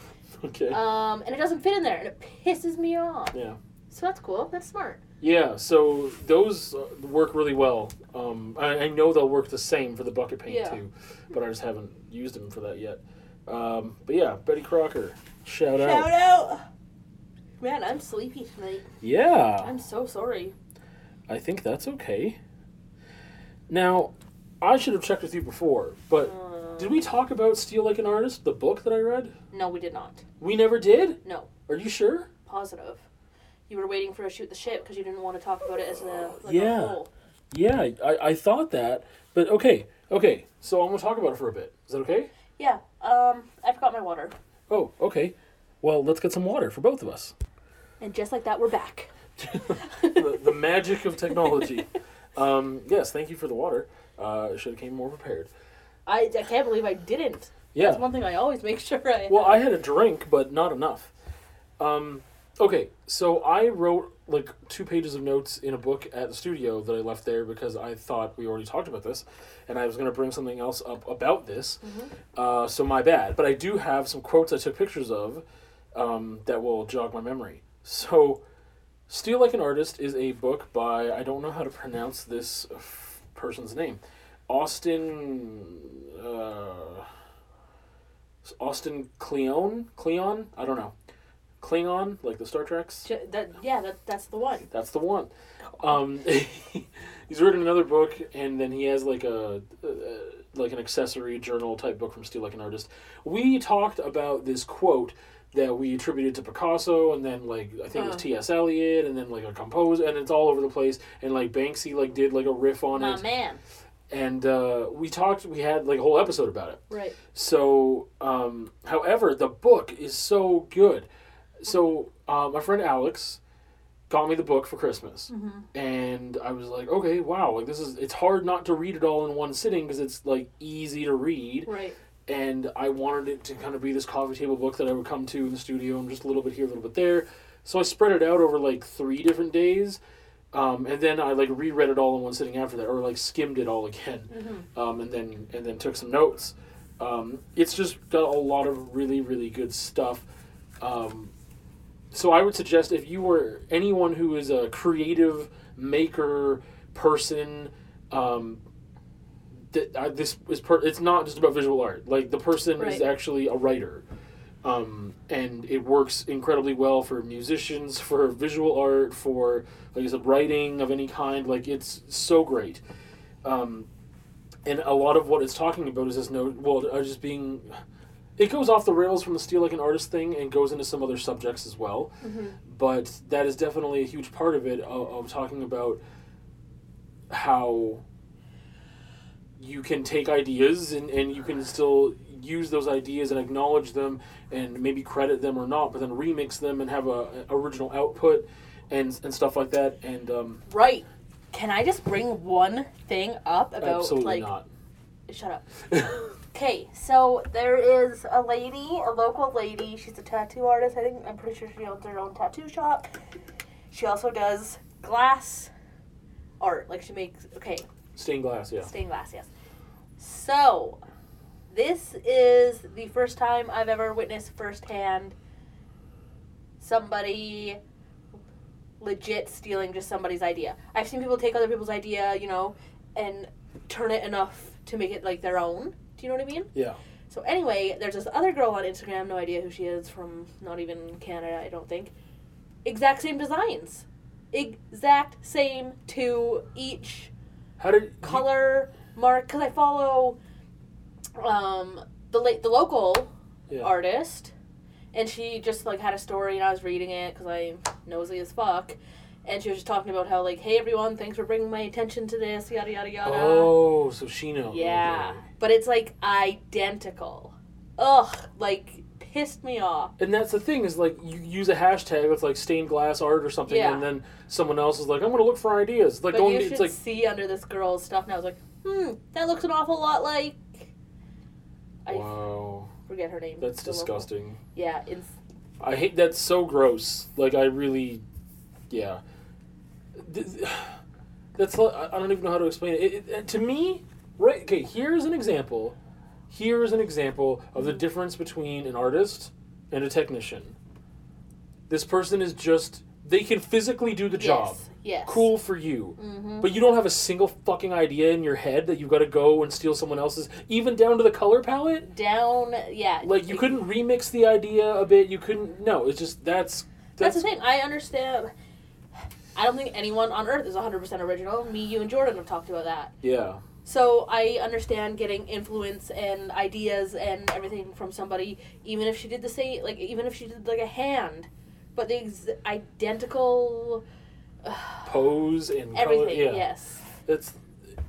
Speaker 2: Okay.
Speaker 1: Um, and it doesn't fit in there, and it pisses me off.
Speaker 2: Yeah.
Speaker 1: So that's cool. That's smart.
Speaker 2: yeah, so those uh, work really well. Um, I, I know they'll work the same for the bucket paint
Speaker 1: Yeah.
Speaker 2: too, but I just haven't used them for that yet. Um, but yeah, Betty Crocker, shout, out.
Speaker 1: out. Man, I'm sleepy tonight.
Speaker 2: Yeah,
Speaker 1: I'm so sorry.
Speaker 2: I think that's okay. Now, I should have checked with you before, but
Speaker 1: Um,
Speaker 2: did we talk about Steal Like an Artist, the book that I read?
Speaker 1: No, we did not.
Speaker 2: We never did?
Speaker 1: No.
Speaker 2: Are you sure?
Speaker 1: Positive. You were waiting for a shoot the shit because you didn't want to talk about it as a like
Speaker 2: Yeah.
Speaker 1: a whole.
Speaker 2: Yeah, I, I thought that, but okay, okay, so I'm gonna talk about it for a bit. Is that okay?
Speaker 1: Yeah. Um, I forgot my water,
Speaker 2: Oh, okay. Well, let's get some water for both of us.
Speaker 1: and just like that, we're back.
Speaker 2: the, the magic of technology. Um, yes, thank you for the water. Uh, I should have came more prepared.
Speaker 1: I, I can't believe I didn't. That's
Speaker 2: Yeah.
Speaker 1: one thing I always make [laughs] sure I.
Speaker 2: Well, I had a drink, but not enough. Um, okay, so I wrote like two pages of notes in a book at the studio that I left there because I thought we already talked about this, and I was going to bring something else up about this. Uh, so my bad. But I do have some quotes I took pictures of um, that will jog my memory. So. Steal Like an Artist is a book by, I don't know how to pronounce this f- person's name. Austin. Uh, Austin Cleon? Cleon? I don't know. Klingon, like the Star Treks?
Speaker 1: Ju- that, yeah, that, that's the one.
Speaker 2: That's the one. Um, [laughs] he's written another book, and then he has like a uh, like an accessory journal type book from Steal Like an Artist. We talked about this quote that we attributed to Picasso, and then like I think it was
Speaker 1: Huh.
Speaker 2: T. S. Eliot, and then like a composer, and it's all over the place. And like Banksy like did like a riff on
Speaker 1: My
Speaker 2: it,
Speaker 1: man.
Speaker 2: and uh, we talked. We had like a whole episode about it.
Speaker 1: Right.
Speaker 2: So, um, however, the book is so good. So, uh, my friend Alex got me the book for Christmas, and I was like, okay, wow, like this is. It's hard not to read it all in one sitting because it's like easy to read,
Speaker 1: Right.
Speaker 2: and I wanted it to kind of be this coffee table book that I would come to in the studio and just a little bit here, a little bit there. So I spread it out over like three different days, um, and then I like reread it all in one sitting after that, or like skimmed it all again, um, and then and then took some notes. Um, it's just got a lot of really really good stuff. Um, so I would suggest if you were anyone who is a creative maker person, um, th- I, this is per- it's not just about visual art. Like the person
Speaker 1: Right.
Speaker 2: is actually a writer, um, and it works incredibly well for musicians, for visual art, for like I said, writing of any kind. Like it's so great. Um, and a lot of what it's talking about is this note. Well, uh, just being, it goes off the rails from the steal like an artist thing and goes into some other subjects as well
Speaker 1: Mm-hmm.
Speaker 2: but that is definitely a huge part of it of, of talking about how you can take ideas and, and you can still use those ideas and acknowledge them and maybe credit them or not but then remix them and have a, a original output and and stuff like that and um,
Speaker 1: Right. Can I just bring one thing up about
Speaker 2: absolutely
Speaker 1: like
Speaker 2: not
Speaker 1: shut up. Okay, so there is a lady, a local lady. She's a tattoo artist. I think I'm pretty sure she owns her own tattoo shop. She also does glass art. Like she makes okay,
Speaker 2: stained glass yeah
Speaker 1: stained glass, yes. So, this is the first time I've ever witnessed firsthand somebody legit stealing just somebody's idea. I've seen people take other people's idea, you know, and turn it enough to make it like their own. Do you know what I mean?
Speaker 2: yeah
Speaker 1: So anyway, there's this other girl on Instagram, no idea who she is from not even Canada, I don't think. Exact same designs. Exact same to each
Speaker 2: how did you-
Speaker 1: color mark because I follow um, the late the local
Speaker 2: Yeah.
Speaker 1: artist, and she just like had a story, and I was reading it because I'm nosy as fuck, and she was just talking about how like, hey everyone, thanks for bringing my attention to this, yada yada yada.
Speaker 2: oh so she knows
Speaker 1: yeah,
Speaker 2: Okay.
Speaker 1: but it's like identical. Ugh, like pissed me off.
Speaker 2: And that's the thing is like you use a hashtag with like stained glass art or something,
Speaker 1: Yeah.
Speaker 2: and then someone else is like, "I'm gonna look for ideas." Like
Speaker 1: But
Speaker 2: going,
Speaker 1: you
Speaker 2: to,
Speaker 1: should
Speaker 2: it's like
Speaker 1: see under this girl's stuff, and I was like, hmm, that looks an awful lot like. I
Speaker 2: wow,
Speaker 1: forget her name.
Speaker 2: that's
Speaker 1: The local-
Speaker 2: disgusting.
Speaker 1: Yeah, it's
Speaker 2: I hate that's so gross. Like I really, yeah. Th- [sighs] That's li- I I don't even know how to explain it. It, it- it- To me, right? Okay, here's an example. Here is an example of the difference between an artist and a technician. This person is just they can physically do the job.
Speaker 1: Yes. yes.
Speaker 2: Cool for you.
Speaker 1: Mm-hmm.
Speaker 2: But you don't have a single fucking idea in your head that you've got to go and steal someone else's, even down to the color palette.
Speaker 1: Down, yeah.
Speaker 2: Like you couldn't remix the idea a bit. You couldn't. No, it's just that's
Speaker 1: That's,
Speaker 2: that's,
Speaker 1: the thing. I understand. I don't think anyone on earth is 100% original. Me, you, and Jordan have talked about that.
Speaker 2: yeah,
Speaker 1: So I understand getting influence and ideas and everything from somebody, even if she did the same, like, even if she did, like, a hand. But the ex- identical
Speaker 2: [sighs] pose and color.
Speaker 1: everything,
Speaker 2: Yeah,
Speaker 1: yes.
Speaker 2: that's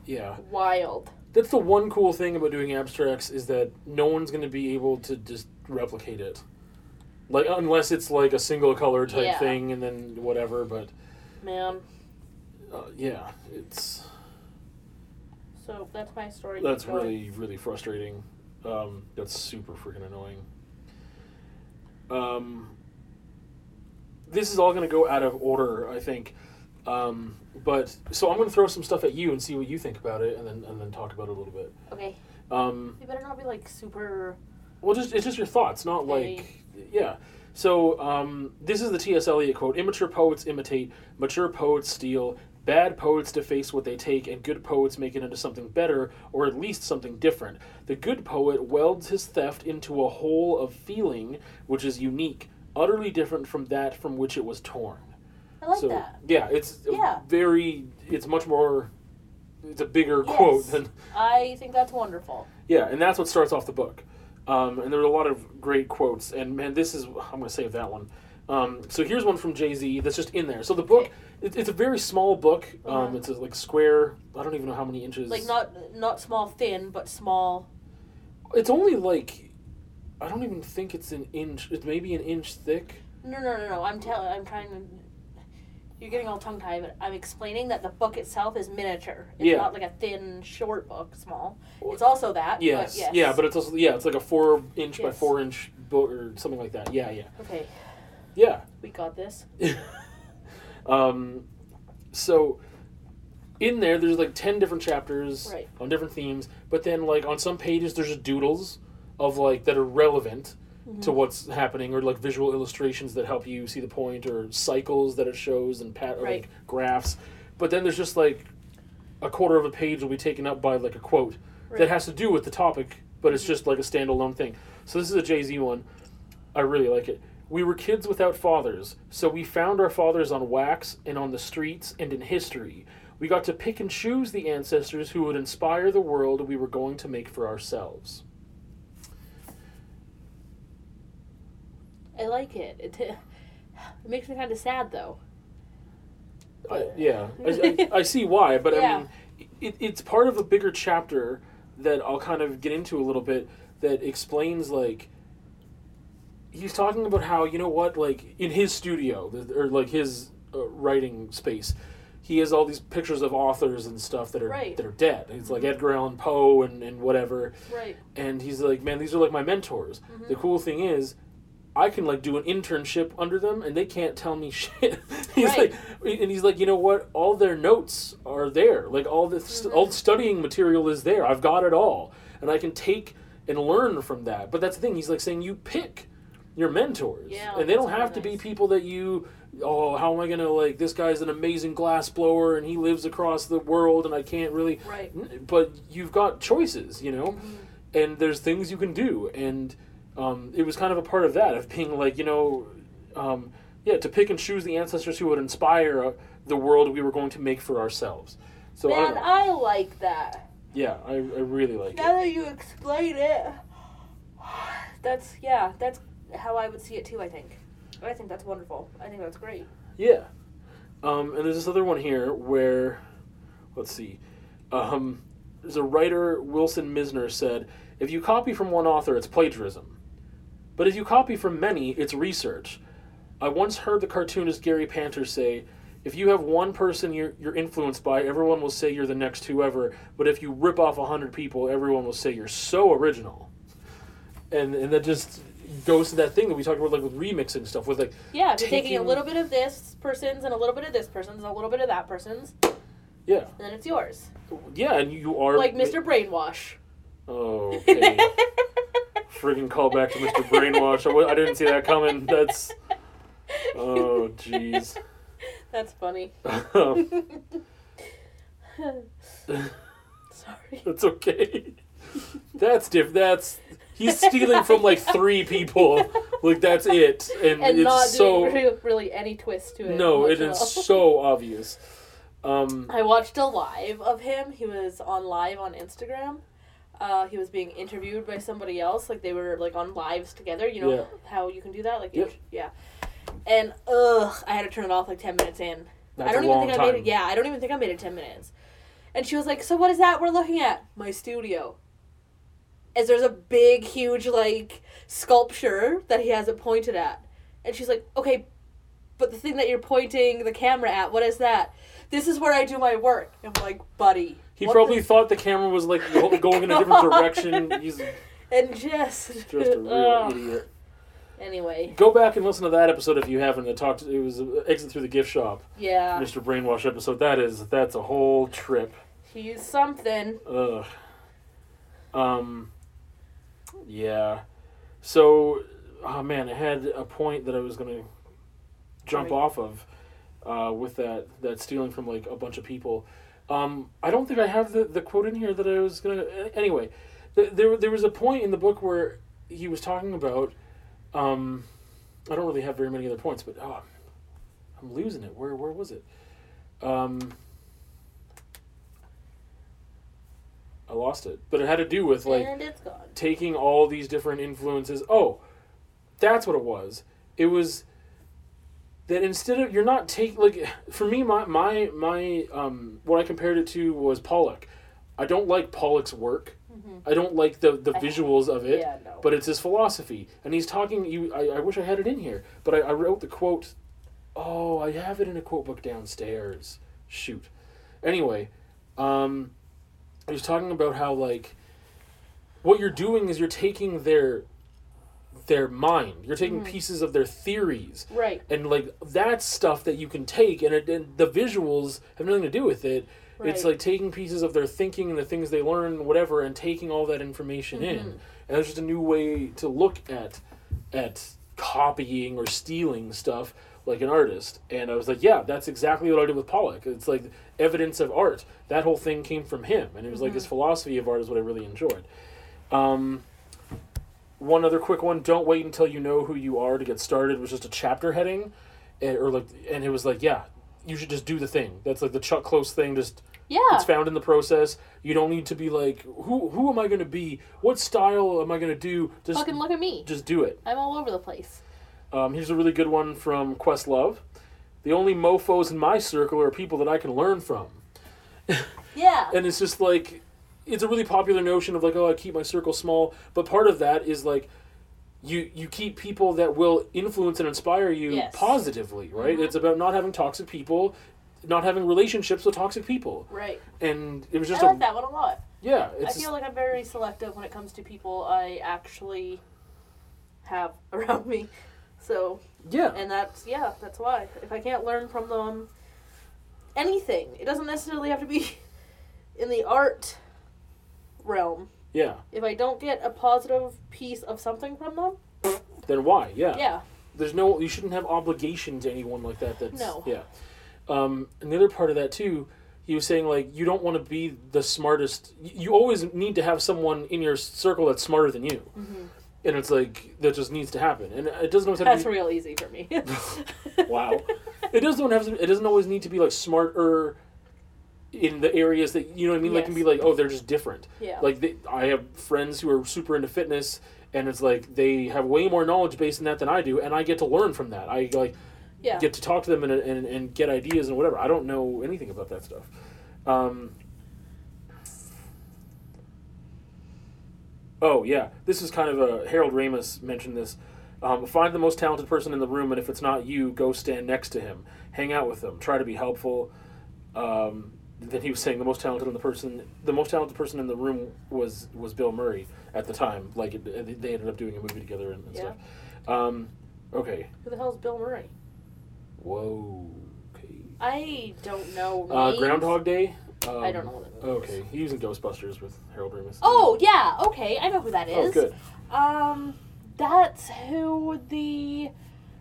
Speaker 2: yeah.
Speaker 1: Wild.
Speaker 2: That's the one cool thing about doing abstracts is that no one's going to be able to just replicate it. Like unless it's like a single color type
Speaker 1: Yeah.
Speaker 2: thing and then whatever. But
Speaker 1: Man.
Speaker 2: uh, yeah, it's.
Speaker 1: So that's my story.
Speaker 2: That's
Speaker 1: Go ahead.
Speaker 2: really really frustrating. Um, that's super freaking annoying. Um, this is all going to go out of order, I think. Um, but so I'm going to throw some stuff at you and see what you think about it, and then and then talk about it a little bit.
Speaker 1: Okay.
Speaker 2: Um,
Speaker 1: You better not be, like, super.
Speaker 2: well, just it's just your thoughts, not
Speaker 1: Hey.
Speaker 2: like yeah. So um, this is the T.S. Eliot quote: "Immature poets imitate, mature poets steal." Bad poets deface what they take, and good poets make it into something better, or at least something different. The good poet welds his theft into a whole of feeling which is unique, utterly different from that from which it was torn.
Speaker 1: I like
Speaker 2: so
Speaker 1: that.
Speaker 2: yeah, it's a
Speaker 1: Yeah.
Speaker 2: very. It's much more. It's a bigger
Speaker 1: Yes.
Speaker 2: quote than
Speaker 1: I think that's wonderful.
Speaker 2: yeah, and that's what starts off the book. Um, and there were a lot of great quotes. And man, this is I'm going to save that one. Um, so here's one from Jay Z that's just in there. So the book,
Speaker 1: Okay.
Speaker 2: it, it's a very small book. Um,
Speaker 1: Uh-huh.
Speaker 2: It's a, like square. I don't even know how many inches.
Speaker 1: like not not small thin but small
Speaker 2: It's only like, I don't even think it's an inch. It's maybe an inch thick.
Speaker 1: no no no no i'm telling i'm trying to you're getting all tongue tied but i'm explaining that the book itself is miniature it's
Speaker 2: Yeah.
Speaker 1: not like a thin short book small it's also that
Speaker 2: Yes.
Speaker 1: but yes
Speaker 2: Yeah, but it's also yeah, it's like a four inch by
Speaker 1: Yes.
Speaker 2: four inch book or something like that. Yeah, yeah.
Speaker 1: okay
Speaker 2: Yeah.
Speaker 1: We got this.
Speaker 2: [laughs] Um, so in there, there's like ten different chapters
Speaker 1: Right.
Speaker 2: on different themes, but then like on some pages, there's just doodles of like that are relevant to
Speaker 1: Mm-hmm.
Speaker 2: what's happening, or like visual illustrations that help you see the point, or cycles that it shows and pat or
Speaker 1: Right.
Speaker 2: like graphs. But then there's just like a quarter of a page will be taken up by like a quote
Speaker 1: Right.
Speaker 2: that has to do with the topic, but it's just like a standalone thing. So this is a Jay Z one. I really like it. We were kids without fathers, so we found our fathers on wax and on the streets and in history. We got to pick and choose the ancestors who would inspire the world we were going to make for ourselves.
Speaker 1: I like it. It, [sighs] it makes me kind of sad though.
Speaker 2: I, Uh, yeah, I, I, I see why, but I
Speaker 1: Yeah.
Speaker 2: mean, it, it's part of a bigger chapter that I'll kind of get into a little bit that explains like he's talking about how you know what like in his studio th- or like his uh, writing space he has all these pictures of authors and stuff that are
Speaker 1: Right. Mm-hmm.
Speaker 2: that are dead it's like edgar allan poe and, and whatever
Speaker 1: Right.
Speaker 2: and he's like man these are like my mentors
Speaker 1: Mm-hmm.
Speaker 2: the cool thing is i can like do an internship under them and they can't tell me [laughs] shit he's
Speaker 1: Right.
Speaker 2: like and he's like you know what all their notes are there like all the st- all the
Speaker 1: Mm-hmm.
Speaker 2: studying material is there i've got it all and i can take and learn from that but that's the thing he's like saying you pick your mentors
Speaker 1: Yeah,
Speaker 2: and they don't
Speaker 1: that's
Speaker 2: have
Speaker 1: really
Speaker 2: to be
Speaker 1: nice.
Speaker 2: people that you oh how am i gonna like this guy's an amazing glass blower and he lives across the world and i can't really
Speaker 1: Right.
Speaker 2: but you've got choices, you know,
Speaker 1: Mm-hmm.
Speaker 2: and there's things you can do, and um, it was kind of a part of that of being like, you know, um, yeah, to pick and choose the ancestors who would inspire uh, the world we were going to make for ourselves. So I
Speaker 1: Man,
Speaker 2: don't know.
Speaker 1: I like that.
Speaker 2: yeah, I, I really like
Speaker 1: Now
Speaker 2: it.
Speaker 1: that you explain it, that's yeah, that's how I would see it too. I think. I think that's wonderful. I think that's great.
Speaker 2: Yeah, um, and there's this other one here where, let's see, um, there's a writer Wilson Misner said, if you copy from one author, it's plagiarism, but if you copy from many, it's research. I once heard the cartoonist Gary Panter say, if you have one person you're, you're influenced by, everyone will say you're the next whoever, but if you rip off 100 people, everyone will say you're so original. And, and that just goes to that thing that we talked about like with remixing stuff with like
Speaker 1: Yeah, if you're taking, a
Speaker 2: Taking-
Speaker 1: little bit of this person's and a little bit of this person's and a little bit of that person's,
Speaker 2: yeah
Speaker 1: and then it's yours.
Speaker 2: yeah and you are
Speaker 1: Like Mr. Brainwash.
Speaker 2: [laughs] oh okay Friggin' call back to Mr. Brainwash. I wa- I didn't see that coming. That's- oh, jeez.
Speaker 1: [laughs] That's funny.
Speaker 2: Um,
Speaker 1: Sorry.
Speaker 2: that's okay. That's diff. That's he's stealing from like three people. Like that's it, and,
Speaker 1: And
Speaker 2: it's
Speaker 1: not
Speaker 2: so
Speaker 1: doing re- really any twist to it.
Speaker 2: no,
Speaker 1: much
Speaker 2: it
Speaker 1: at all.
Speaker 2: is so obvious. Um,
Speaker 1: I watched a live of him. He was on live on Instagram. Uh, he was being interviewed by somebody else. Like they were like on lives together. You know
Speaker 2: Yeah.
Speaker 1: how you can do that. Like
Speaker 2: Yep.
Speaker 1: yeah. And ugh, I had to turn it off like ten minutes in.
Speaker 2: that's
Speaker 1: I don't
Speaker 2: a
Speaker 1: even
Speaker 2: long
Speaker 1: think
Speaker 2: time.
Speaker 1: I made it. Yeah, I don't even think I made it ten minutes. And she was like, "So what is that we're looking at? My studio." As there's a big, huge like sculpture that he has it pointed at, and she's like, "Okay, but the thing that you're pointing the camera at, what is that? This is where I do my work." I'm like, "Buddy."
Speaker 2: He
Speaker 1: what
Speaker 2: probably
Speaker 1: the-
Speaker 2: thought the camera was like
Speaker 1: [laughs]
Speaker 2: go- going in a different
Speaker 1: God.
Speaker 2: direction. He's
Speaker 1: and just
Speaker 2: [laughs] just a
Speaker 1: [laughs]
Speaker 2: real
Speaker 1: Ugh.
Speaker 2: idiot.
Speaker 1: Anyway,
Speaker 2: Go back and listen to that episode if you haven't. I talked. It was uh, exit through the gift shop,
Speaker 1: yeah,
Speaker 2: Mr. Brainwash episode. That is that's a whole trip.
Speaker 1: he's something.
Speaker 2: Ugh. Um. Yeah. So, oh man, I had a point that I was gonna jump
Speaker 1: Sorry.
Speaker 2: off of uh, with that that stealing from like a bunch of people. Um, I don't think I have the, the quote in here that I was gonna. a- Anyway, th- there there was a point in the book where he was talking about. Um, I don't really have very many other points, but oh, I'm losing it. Where where was it? Um, I lost it, but it had to do with like
Speaker 1: and it's gone.
Speaker 2: taking all these different influences. Oh, that's what it was. It was that instead of you're not taking like for me my my my um what I compared it to was Pollock. I don't like Pollock's work. I don't like the the
Speaker 1: Mm-hmm. I-
Speaker 2: visuals of it.
Speaker 1: Yeah, no.
Speaker 2: But it's his philosophy, and he's talking. You, I, I wish I had it in here, but I, I wrote the quote. Oh, I have it in a quote book downstairs. Shoot. Anyway, um, he was talking about how like what you're doing is you're taking their their mind. You're taking pieces of their theories.
Speaker 1: Right.
Speaker 2: And like that's stuff that you can take and it and the visuals have nothing to do with it. It's
Speaker 1: Right.
Speaker 2: like taking pieces of their thinking and the things they learn, whatever, and taking all that information in. And it's just a new way to look at at copying or stealing stuff like an artist. And I was like, yeah, that's exactly what I did with Pollock. It's like evidence of art. That whole thing came from him. And it was like his philosophy of art is what I really enjoyed. Um, one other quick one don't wait until you know who you are to get started was just a chapter heading. And, or like, and it was like, yeah, you should just do the thing. That's like the Chuck Close thing. Just
Speaker 1: Yeah.
Speaker 2: it's found in the process. You don't need to be like, who who am I going to be? What style am I going to do? Just
Speaker 1: Fucking look at me.
Speaker 2: just do it.
Speaker 1: I'm all over the place.
Speaker 2: Um, here's a really good one from Questlove. The only mofo's in my circle are people that I can learn from.
Speaker 1: Yeah.
Speaker 2: And it's just like, it's a really popular notion of like, oh, I keep my circle small. But part of that is like, you you keep people that will influence and inspire you
Speaker 1: Yes. Mm-hmm.
Speaker 2: positively, right? It's about not having toxic people, not having relationships with toxic people.
Speaker 1: right.
Speaker 2: And it was just
Speaker 1: I
Speaker 2: a
Speaker 1: like that one a lot.
Speaker 2: yeah. It's
Speaker 1: I
Speaker 2: just-
Speaker 1: feel like I'm very selective when it comes to people I actually have [laughs] around me. So,
Speaker 2: yeah.
Speaker 1: and that's, yeah, that's why. If I can't learn from them anything, it doesn't necessarily have to be [laughs] in the art realm.
Speaker 2: yeah.
Speaker 1: If I don't get a positive piece of something from them,
Speaker 2: Then why? Yeah.
Speaker 1: yeah,
Speaker 2: There's no. You shouldn't have obligation to anyone like that. That's
Speaker 1: No.
Speaker 2: Yeah. Um, and the other part of that too, he was saying like you don't want to be the smartest. y- You always need to have someone in your circle that's smarter than you. And it's like that just needs to happen, and it doesn't always have
Speaker 1: Mm-hmm. that's
Speaker 2: to. Be,
Speaker 1: real easy for me. [laughs]
Speaker 2: wow. It doesn't have to. It doesn't always need to be like smarter. In the areas that you know what I mean, like can
Speaker 1: Yes.
Speaker 2: be like, oh, they're just different.
Speaker 1: Yeah.
Speaker 2: Like they, I have friends who are super into fitness, and it's like they have way more knowledge base in that than I do, and I get to learn from that. I like
Speaker 1: yeah.
Speaker 2: get to talk to them and, and, and get ideas and whatever. I don't know anything about that stuff. Um, oh yeah, this is kind of a Harold Ramis mentioned this. Um, find the most talented person in the room, and if it's not you, go stand next to him, hang out with them, try to be helpful. Um, then he was saying the most talented in the person, the most talented person in the room was was Bill Murray at the time. Like it, they ended up doing a movie together and, and
Speaker 1: Yeah.
Speaker 2: stuff. Um, okay,
Speaker 1: Who the hell's Bill Murray?
Speaker 2: Whoa. Okay.
Speaker 1: I don't know.
Speaker 2: Uh,
Speaker 1: names.
Speaker 2: Groundhog Day. Um,
Speaker 1: I don't know what that movie
Speaker 2: Okay, he was in Ghostbusters with Harold Ramis.
Speaker 1: Oh yeah, okay, I know who that
Speaker 2: oh
Speaker 1: is.
Speaker 2: good.
Speaker 1: Um, that's who the.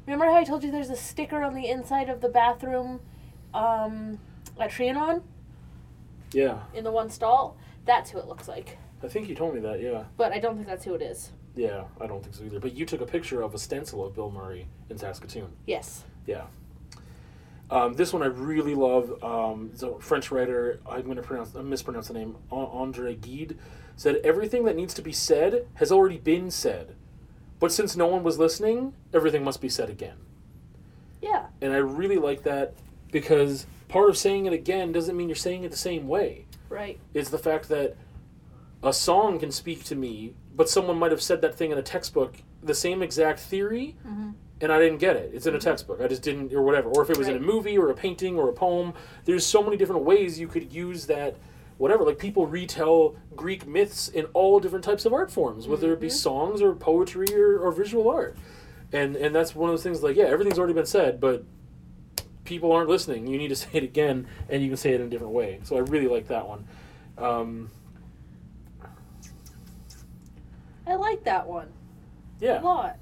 Speaker 1: Remember how I told you there's a sticker on the inside of the bathroom, um, at Trianon
Speaker 2: Yeah,
Speaker 1: in the one stall. That's who it looks like,
Speaker 2: I think you told me that. Yeah,
Speaker 1: but I don't think that's who it is.
Speaker 2: yeah, I don't think so either. But you took a picture of a stencil of Bill Murray in Saskatoon.
Speaker 1: Yes.
Speaker 2: Yeah. Um, this one I really love. Um, it's a French writer. I'm going to pronounce, I mispronounce the name. An- Andre Gide said everything that needs to be said has already been said, but since no one was listening, everything must be said again.
Speaker 1: Yeah.
Speaker 2: And I really like that because part of saying it again doesn't mean you're saying it the same way.
Speaker 1: Right.
Speaker 2: It's the fact that a song can speak to me, but someone might have said that thing in a textbook, the same exact theory, and I didn't get it. It's in a textbook. I just didn't, or whatever. Or if it was in a
Speaker 1: Right.
Speaker 2: movie or a painting or a poem, there's so many different ways you could use that. Whatever, like people retell Greek myths in all different types of art forms, whether it be songs or poetry or, or visual art, and and that's one of those things. Like, yeah, everything's already been said, but people aren't listening. You need to [laughs] say it again, and you can say it in a different way. So I really like that one. Um,
Speaker 1: I like that one a
Speaker 2: yeah.
Speaker 1: lot.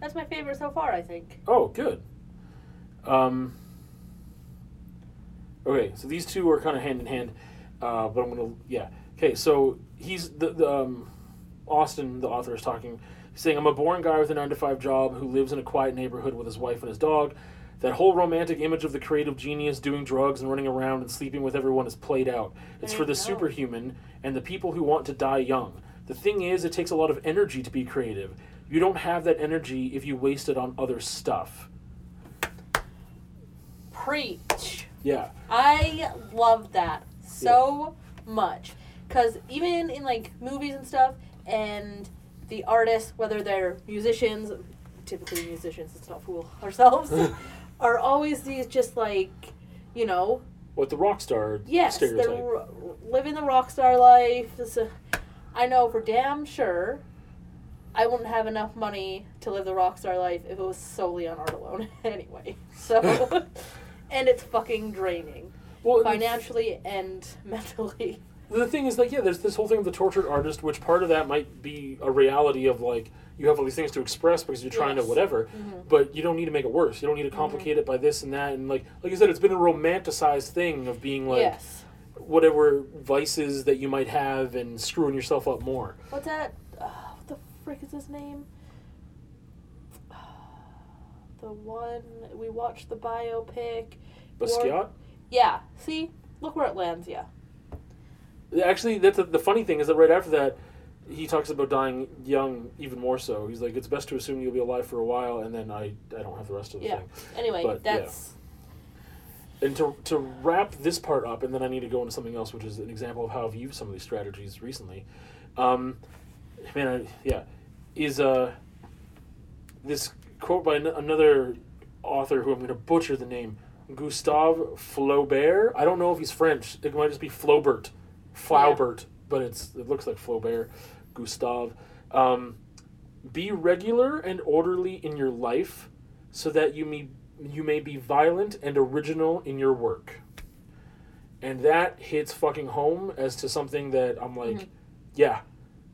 Speaker 1: That's my favorite so far. I think.
Speaker 2: Oh, good. Um, okay, so these two are kind of hand in hand, uh, but I'm gonna yeah. Okay, so he's the, the um, Austin, the author, is talking. He's saying, "I'm a boring guy with a nine to five job who lives in a quiet neighborhood with his wife and his dog. That whole romantic image of the creative genius doing drugs and running around and sleeping with everyone is played out. It's
Speaker 1: There
Speaker 2: for
Speaker 1: you
Speaker 2: the
Speaker 1: go.
Speaker 2: superhuman and the people who want to die young. The thing is, it takes a lot of energy to be creative. You don't have that energy if you waste it on other stuff."
Speaker 1: Preach.
Speaker 2: Yeah,
Speaker 1: I love that so much. 'Cause much because even in like movies and stuff, and the artists, whether they're musicians, typically musicians, let's not fool ourselves, are always these just like, you know,
Speaker 2: what the rock star
Speaker 1: yes, they're
Speaker 2: stereotype?
Speaker 1: r- living the rock star life. This, uh, I know for damn sure. I wouldn't have enough money to live the rock star life if it was solely on art alone [laughs] anyway. So,
Speaker 2: [laughs]
Speaker 1: and it's fucking draining
Speaker 2: Well,
Speaker 1: financially and [laughs] mentally.
Speaker 2: the thing is like yeah there's this whole thing of the tortured artist which part of that might be a reality of like you have all these things to express because you're trying
Speaker 1: Yes. Mm-hmm.
Speaker 2: to whatever but you don't need to make it worse you don't need to complicate it by this and that and like like you said it's been a romanticized thing of being like
Speaker 1: yes.
Speaker 2: whatever vices that you might have and screwing yourself up more
Speaker 1: What's that? Uh, what the frick is his name? [sighs] The one we watched the biopic.
Speaker 2: Basquiat
Speaker 1: Yeah. See, look where it lands. Yeah.
Speaker 2: actually that's the, the funny thing is that right after that he talks about dying young even more so he's like it's best to assume you'll be alive for a while and then I I don't have the rest of the
Speaker 1: Yeah.
Speaker 2: thing
Speaker 1: Anyway,
Speaker 2: But, yeah.
Speaker 1: that's
Speaker 2: And to, to wrap this part up, and then I need to go into something else, which is an example of how I've used some of these strategies recently. Um, man, I, yeah, is uh, this quote by an- another author who I'm going to butcher the name, Gustave Flaubert. I don't know if he's French. It might just be Flaubert, Flaubert, but it's it looks like Flaubert, Gustave. Um, be regular and orderly in your life, so that you may you may be violent and original in your work. And that hits fucking home as to something that I'm like, yeah,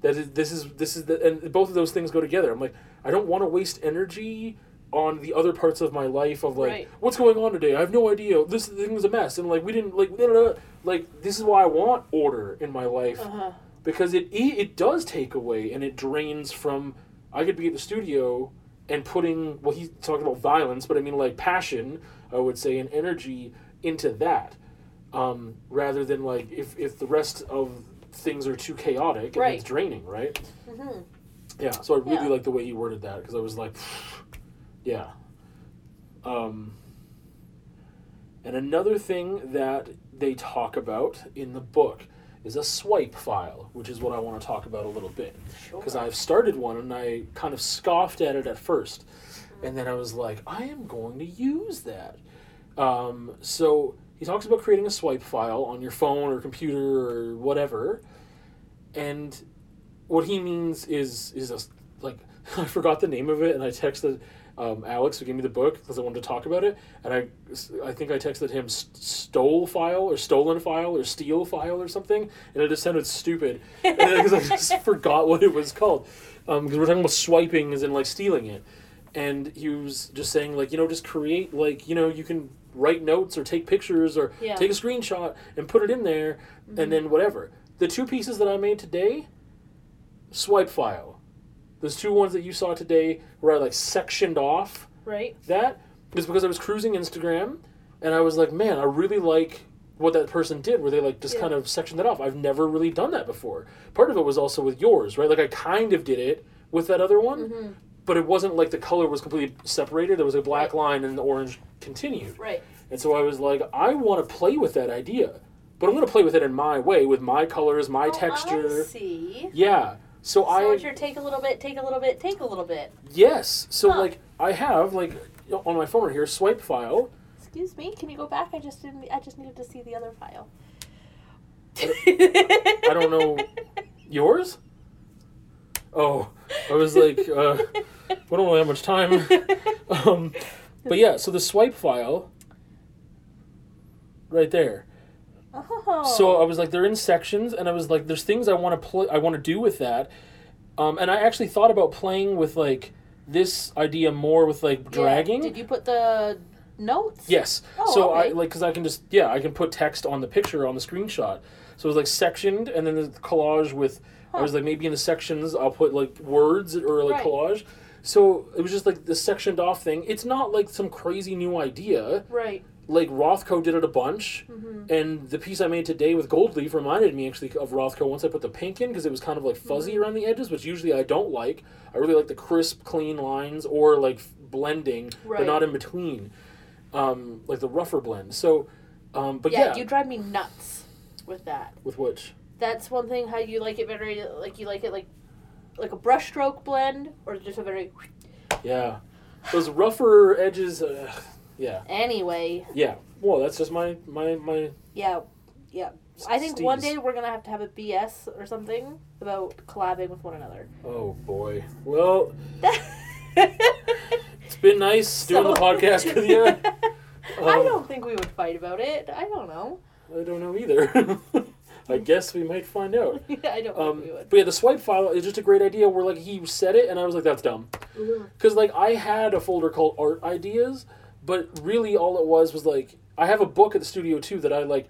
Speaker 2: that is this is this is the and both of those things go together. I'm like, I don't want to waste energy on the other parts of my life of like
Speaker 1: Right.
Speaker 2: what's going on today i have no idea this thing's a mess and like we didn't like blah, blah, blah. like this is why i want order in my life
Speaker 1: uh-huh.
Speaker 2: because it i- it does take away and it drains from I could be at the studio and putting well he's talking about violence but I mean like passion I would say and energy into that um, rather than like if if the rest of things are too chaotic and
Speaker 1: Right.
Speaker 2: it's draining right
Speaker 1: hmm
Speaker 2: yeah so I really
Speaker 1: Yeah.
Speaker 2: like the way you worded that because I was like [sighs] yeah um, and another thing that they talk about in the book is a swipe file, which is what I want to talk about a little bit.
Speaker 1: sure.
Speaker 2: Because I've started one and I kind of scoffed at it at first. And then I was like, I am going to use that. Um, so he talks about creating a swipe file on your phone or computer or whatever. And what he means is is a, like [laughs] I forgot the name of it, and I texted um, Alex who gave me the book because I wanted to talk about it, and I I think I texted him s- stole file or stolen file or steal file or something, and it just sounded stupid because I just forgot what it was called because we're talking about swiping as in like stealing it, and he was just saying like you know just create like you know you can write notes or take pictures or
Speaker 1: Yeah.
Speaker 2: take a screenshot and put it in there and then whatever the two pieces that i made today swipe file. Those two ones that you saw today where I like sectioned off
Speaker 1: right.
Speaker 2: that is because I was cruising Instagram and I was like, man, I really like what that person did where they like just
Speaker 1: Yeah.
Speaker 2: kind of sectioned that off. I've never really done that before. Part of it was also with yours, right? Like I kind of did it with that other one,
Speaker 1: Mm-hmm.
Speaker 2: but it wasn't like the color was completely separated. There was a black line and the orange continued.
Speaker 1: Right.
Speaker 2: And so I was like, I want to play with that idea, but I'm going to play with it in my way with my colors, my
Speaker 1: Oh,
Speaker 2: texture.
Speaker 1: I see.
Speaker 2: Yeah. So,
Speaker 1: So
Speaker 2: I
Speaker 1: it's your take a little bit, take a little bit, take a little bit.
Speaker 2: Yes. So
Speaker 1: Huh.
Speaker 2: like I have like on my phone right here swipe file.
Speaker 1: Excuse me, can you go back? I just didn't. I just needed to see the other file.
Speaker 2: I don't know. Yours? Oh, I was like, uh, [laughs] we don't really have much time. [laughs] Um, but yeah, so the swipe file, right there.
Speaker 1: oh.
Speaker 2: So uh, I was like, they're in sections, and I was like, there's things I want to play, I want to do with that. Um, and I actually thought about playing with like this idea more with like
Speaker 1: Yeah,
Speaker 2: dragging.
Speaker 1: Did you put the notes?
Speaker 2: Yes.
Speaker 1: Oh,
Speaker 2: so I
Speaker 1: okay.
Speaker 2: like because I can just yeah I can put text on the picture on the screenshot. So it's like sectioned and then the collage with I was like maybe in the sections I'll put like words or like
Speaker 1: Right.
Speaker 2: collage. So it was just like the sectioned off thing. It's not like some crazy new idea.
Speaker 1: Right.
Speaker 2: Like Rothko did it a bunch,
Speaker 1: Mm-hmm.
Speaker 2: and the piece I made today with gold leaf reminded me actually of Rothko once I put the pink in because it was kind of like
Speaker 1: Mm-hmm.
Speaker 2: fuzzy around the edges, which usually I don't like. I really like the crisp, clean lines or like f- blending,
Speaker 1: Right.
Speaker 2: but not in between um, like the rougher blend. So, um, but
Speaker 1: yeah,
Speaker 2: yeah,
Speaker 1: you drive me nuts with that.
Speaker 2: with which
Speaker 1: That's one thing. How you like it very like you like it like like a brushstroke blend or just a very
Speaker 2: yeah, those rougher edges. Uh, yeah,
Speaker 1: anyway.
Speaker 2: yeah. Well, that's just my my my
Speaker 1: Yeah. yeah. I think one
Speaker 2: Steve's-
Speaker 1: day we're gonna have to have a BS or something about collabing with one
Speaker 2: [laughs]
Speaker 1: another.
Speaker 2: Oh boy. Well, it's been nice doing the
Speaker 1: So- [laughs]
Speaker 2: podcast with you.
Speaker 1: I
Speaker 2: Um,
Speaker 1: don't think we would fight about it. I don't know. [laughs]
Speaker 2: I don't know either. [laughs] I guess we might find out.
Speaker 1: I don't
Speaker 2: Um,
Speaker 1: think we would.
Speaker 2: but yeah, the swipe file is just a great idea. Where like he said it, and I was like, "That's dumb," because like I had a folder called art ideas, but really all it was was like I have a book at the studio too that I like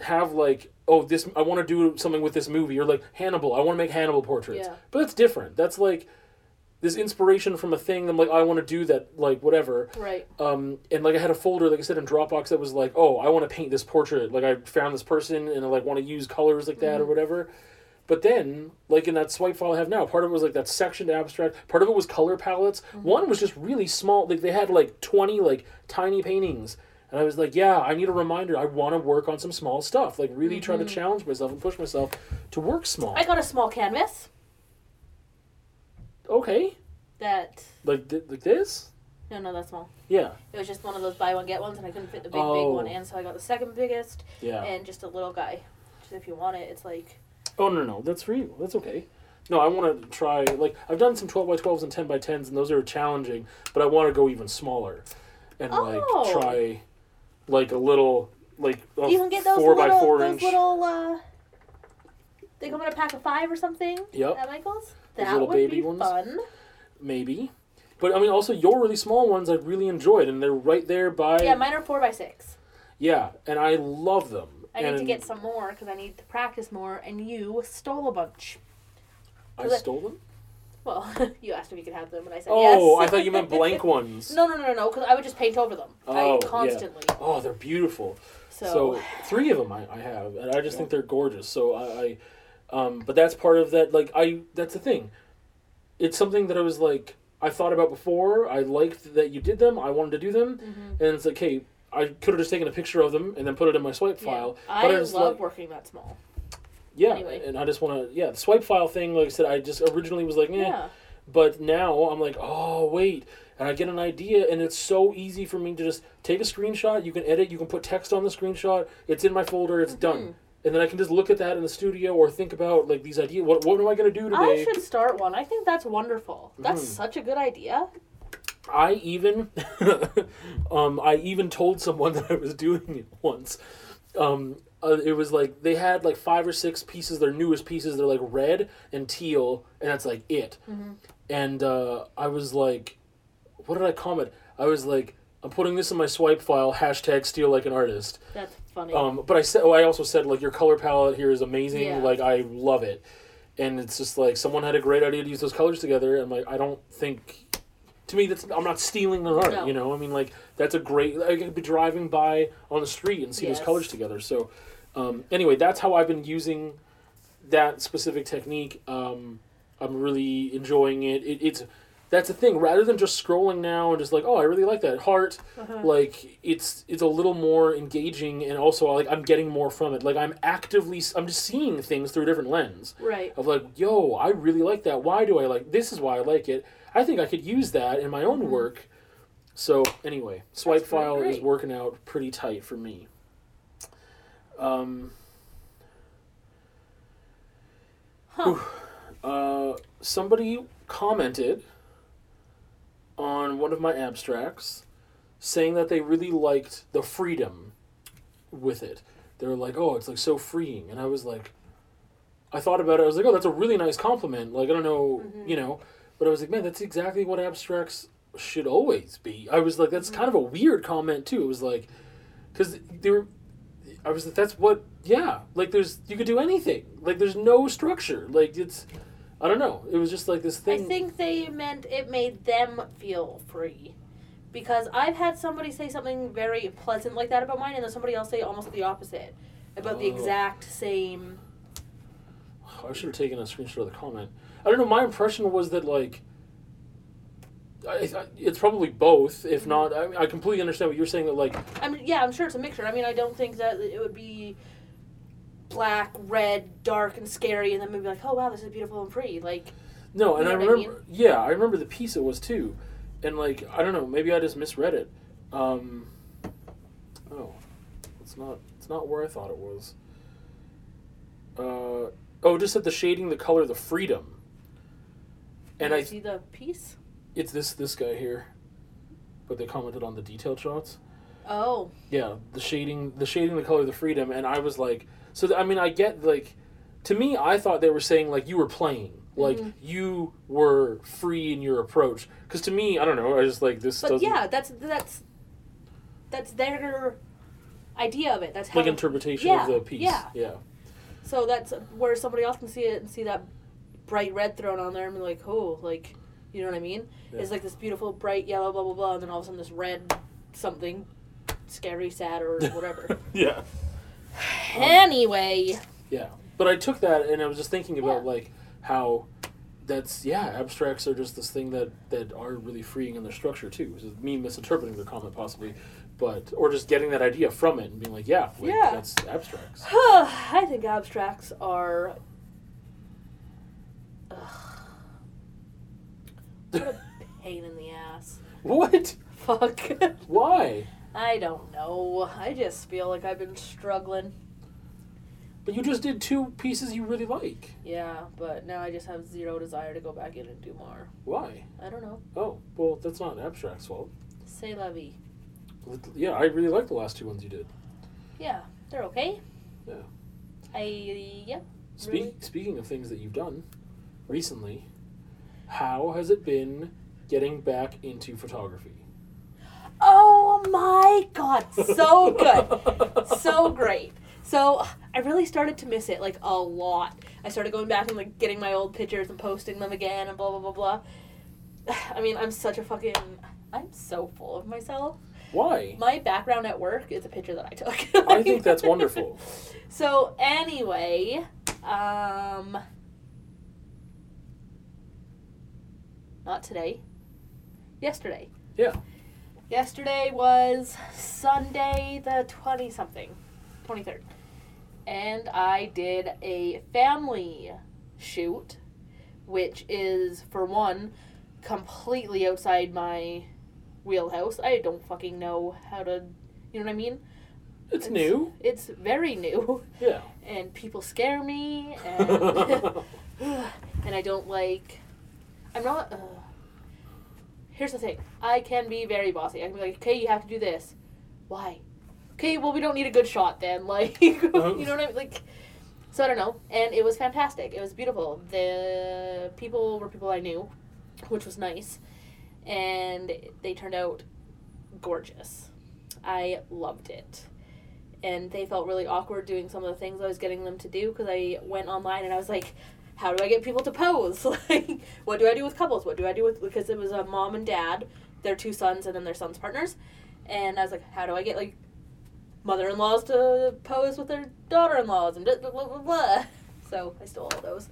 Speaker 2: have like oh this I want to do something with this movie or like Hannibal I want to make Hannibal portraits,
Speaker 1: Yeah.
Speaker 2: but that's different. That's like this inspiration from a thing. I'm like I want to do that like whatever.
Speaker 1: Right.
Speaker 2: Um, and like I had a folder, like I said in Dropbox, that was like, oh, I want to paint this portrait. Like I found this person, and I like want to use colors like that or whatever. But then, like in that swipe file I have now, part of it was like that sectioned abstract. Part of it was color palettes. One was just really small. Like they had like twenty like tiny paintings, and I was like, yeah, I need a reminder. I want to work on some small stuff. Like really try to challenge myself and push myself to work small.
Speaker 1: I got a small canvas
Speaker 2: okay,
Speaker 1: that
Speaker 2: like th- like this.
Speaker 1: no, no, that's small.
Speaker 2: Yeah,
Speaker 1: It was just one of those buy one get ones, and I couldn't fit the big
Speaker 2: Oh.
Speaker 1: big one in, so I got the second biggest
Speaker 2: yeah.
Speaker 1: and just a little guy. Just if you want it, it's like
Speaker 2: Oh no, no, no, that's real. That's okay. No, I want to try. Like I've done some twelve by twelves and ten by tens, and those are challenging. But I want to go even smaller, and
Speaker 1: Oh.
Speaker 2: like try, like a little like a
Speaker 1: you can get those
Speaker 2: four
Speaker 1: little
Speaker 2: by four
Speaker 1: those
Speaker 2: inch.
Speaker 1: little. uh They come in a pack of five or something
Speaker 2: Yep,
Speaker 1: at Michaels.
Speaker 2: Those
Speaker 1: That
Speaker 2: little
Speaker 1: would
Speaker 2: baby
Speaker 1: be
Speaker 2: ones.
Speaker 1: fun.
Speaker 2: maybe. But I mean, also your really small ones I really enjoyed, and they're right there by
Speaker 1: yeah,
Speaker 2: yeah,
Speaker 1: mine are four by six.
Speaker 2: and I love them.
Speaker 1: I need to
Speaker 2: And
Speaker 1: get some more because I need to practice more. And you stole a bunch.
Speaker 2: I
Speaker 1: 'cause I-
Speaker 2: stole them.
Speaker 1: Well, [laughs] you asked if you could have them, and I said yes.
Speaker 2: Oh, I thought you meant blank ones.
Speaker 1: [laughs] No, no, no, no, no. Because I would just paint over them.
Speaker 2: Oh,
Speaker 1: I
Speaker 2: yeah.
Speaker 1: constantly.
Speaker 2: Oh, they're beautiful.
Speaker 1: So,
Speaker 2: So three of them I, I have, and I just think they're gorgeous. So I, I um, but that's part of that. Like I, that's the thing. It's something that I was like I thought about before. I liked that you did them. I wanted to do them,
Speaker 1: mhm.
Speaker 2: and it's like, hey, I could have just taken a picture of them and then put it in my swipe file.
Speaker 1: Yeah. I
Speaker 2: but
Speaker 1: love
Speaker 2: just like,
Speaker 1: working that small.
Speaker 2: yeah,
Speaker 1: anyway.
Speaker 2: and I just want to, yeah, the swipe file thing. Like I said, I just originally was like, eh, yeah,
Speaker 1: Yeah.
Speaker 2: but now I'm like, oh wait, and I get an idea, and it's so easy for me to just take a screenshot. You can edit, you can put text on the screenshot. It's in my folder. It's
Speaker 1: Mm-hmm.
Speaker 2: done, and then I can just look at that in the studio or think about like these ideas. What what am I gonna do
Speaker 1: I
Speaker 2: today?
Speaker 1: should start one. I think that's wonderful. That's
Speaker 2: Mhm.
Speaker 1: such a good idea.
Speaker 2: I even, [laughs] um, I even told someone [laughs] that I was doing it once. Um, uh, it was like they had like five or six pieces, their newest pieces. They're like red and teal, and that's like it. And uh, I was like, what did I comment? I was like, I'm putting this in my swipe file. Hashtag steal like an artist.
Speaker 1: That's funny.
Speaker 2: Um, but I said, oh, I also said like your color palette here is amazing.
Speaker 1: Yeah.
Speaker 2: Like I love it, and it's just like someone had a great idea to use those colors together. And like I don't think, to me, that's I'm not stealing their art.
Speaker 1: No.
Speaker 2: You know, I mean, like that's a great. I could be driving by on the street and see
Speaker 1: Yes.
Speaker 2: those colors together. So, um, anyway, that's how I've been using that specific technique. Um, I'm really enjoying it. it. It's that's the thing. Rather than just scrolling now and just like, oh, I really like that heart. Like it's it's a little more engaging and also like I'm getting more from it. Like I'm actively s- I'm just seeing things through a different lens
Speaker 1: right.
Speaker 2: of like, yo, I really like that. Why do I like this? Is why I like it. I think I could use that in my own work. So anyway, swipe
Speaker 1: Mm-hmm. pretty
Speaker 2: file is
Speaker 1: great.
Speaker 2: working out pretty tight for me. Um.
Speaker 1: Huh.
Speaker 2: Whew. Uh, somebody commented on one of my abstracts saying that they really liked the freedom with it. They were like, "Oh, it's like so freeing," and I was like, I thought about it. I was like, "Oh, that's a really nice compliment." Like I don't know,
Speaker 1: Mm-hmm.
Speaker 2: you know, but I was like, "Man, that's exactly what abstracts should always be." I was like, "That's kind of a weird comment too." It was like, because they were, I was like, "That's what." Yeah, like there's you could do anything. Like there's no structure. Like it's, I don't know. It was just like this
Speaker 1: I
Speaker 2: thing.
Speaker 1: think they meant it made them feel free. Because I've had somebody say something very pleasant like that about mine, and then somebody else say almost the opposite about the
Speaker 2: Oh.
Speaker 1: exact same.
Speaker 2: I should have taken a screenshot of the comment. I don't know. My impression was that like, I, I, it's probably both.
Speaker 1: Mm-hmm.
Speaker 2: If not, I, mean, I completely understand what you're saying. That like,
Speaker 1: I mean, yeah, I'm sure it's a mixture. I mean, I don't think that it would be black, red, dark, and scary, and then maybe like, oh wow, this is beautiful and free. Like,
Speaker 2: no,
Speaker 1: You
Speaker 2: and
Speaker 1: know
Speaker 2: I
Speaker 1: what I
Speaker 2: remember. Yeah, I remember the piece it was too, and like, I don't know. Maybe I just misread it. Um, oh, it's not. It's not where I thought it was. Uh, oh, just at the shading, the color, the freedom. And
Speaker 1: You
Speaker 2: I,
Speaker 1: see the piece.
Speaker 2: it's this this guy here, but they commented on the detailed shots.
Speaker 1: Oh,
Speaker 2: Yeah, the shading, the shading, the color, the freedom, and I was like, so th- I mean, I get like, to me, I thought they were saying like you were playing, like
Speaker 1: Mm-hmm.
Speaker 2: you were free in your approach, because to me, I don't know, I just like this
Speaker 1: but
Speaker 2: doesn't
Speaker 1: yeah, that's that's that's their idea of it. That's how.
Speaker 2: like interpretation of
Speaker 1: Yeah,
Speaker 2: the piece.
Speaker 1: yeah.
Speaker 2: yeah.
Speaker 1: so that's where somebody else can see it and see that bright red thrown on there and be like, oh, like, you know what I mean?
Speaker 2: Yeah.
Speaker 1: It's like this beautiful bright yellow, blah blah blah, and then all of a sudden this red something, scary, sad, or whatever.
Speaker 2: yeah.
Speaker 1: anyway, [sighs]
Speaker 2: Yeah. But I took that and I was just thinking about
Speaker 1: Yeah.
Speaker 2: like how that's yeah, abstracts are just this thing that that are really freeing in their structure too. This is me misinterpreting the comment possibly, but or just getting that idea from it and being like, yeah, like,
Speaker 1: Yeah.
Speaker 2: that's abstracts.
Speaker 1: I think abstracts are. Ugh. What a pain in the ass. [laughs]
Speaker 2: What?
Speaker 1: Fuck. [laughs]
Speaker 2: Why?
Speaker 1: I don't know. I just feel like I've been struggling.
Speaker 2: But you just did two pieces you really like.
Speaker 1: Yeah, but now I just have zero desire to go back in and do more.
Speaker 2: Why?
Speaker 1: I don't know.
Speaker 2: Oh, well, that's not abstract's fault.
Speaker 1: Say la vie.
Speaker 2: Yeah, I really like the last two ones you did.
Speaker 1: Yeah, they're okay.
Speaker 2: Yeah.
Speaker 1: I yeah.
Speaker 2: Speak,
Speaker 1: Really?
Speaker 2: Speaking of things that you've done recently, how has it been getting back into photography?
Speaker 1: Oh my god, so good. so great. So I really started to miss it like a lot. I started going back and like getting my old pictures and posting them again and blah blah blah blah. [sighs] I mean, I'm such a fucking I'm so full of myself.
Speaker 2: [laughs] Why?
Speaker 1: My background at work is a picture that I took.
Speaker 2: I think
Speaker 1: [laughs]
Speaker 2: that's wonderful.
Speaker 1: So anyway, um not today. Yesterday.
Speaker 2: Yeah.
Speaker 1: Yesterday was Sunday the 20 something, 23rd. And I did a family shoot which is for one completely outside my wheelhouse. I don't fucking know how to, you know what I mean?
Speaker 2: It's new.
Speaker 1: It's very new
Speaker 2: Yeah.
Speaker 1: [laughs] and people scare me
Speaker 2: [laughs]
Speaker 1: and [sighs] and I don't like I'm not uh, Here's the thing. I can be very bossy. I can be like, "Okay, you have to do this." Why? Okay, well we don't need a good shot then. [laughs] Like, you know
Speaker 2: Uh-huh.
Speaker 1: what I mean? Like so I don't know. And it was fantastic. It was beautiful. The people were people I knew, which was nice. And they turned out gorgeous. I loved it and they felt really awkward doing some of the things I was getting them to do because I went online and I was like, how do I get people to pose? [laughs] like, what do I do with couples? What do I do with because it was a mom and dad, their two sons, and then their sons' partners, and I was like, how do I get like mother-in-laws to pose with their daughter-in-laws and blah blah blah. blah, blah. So I stole all those.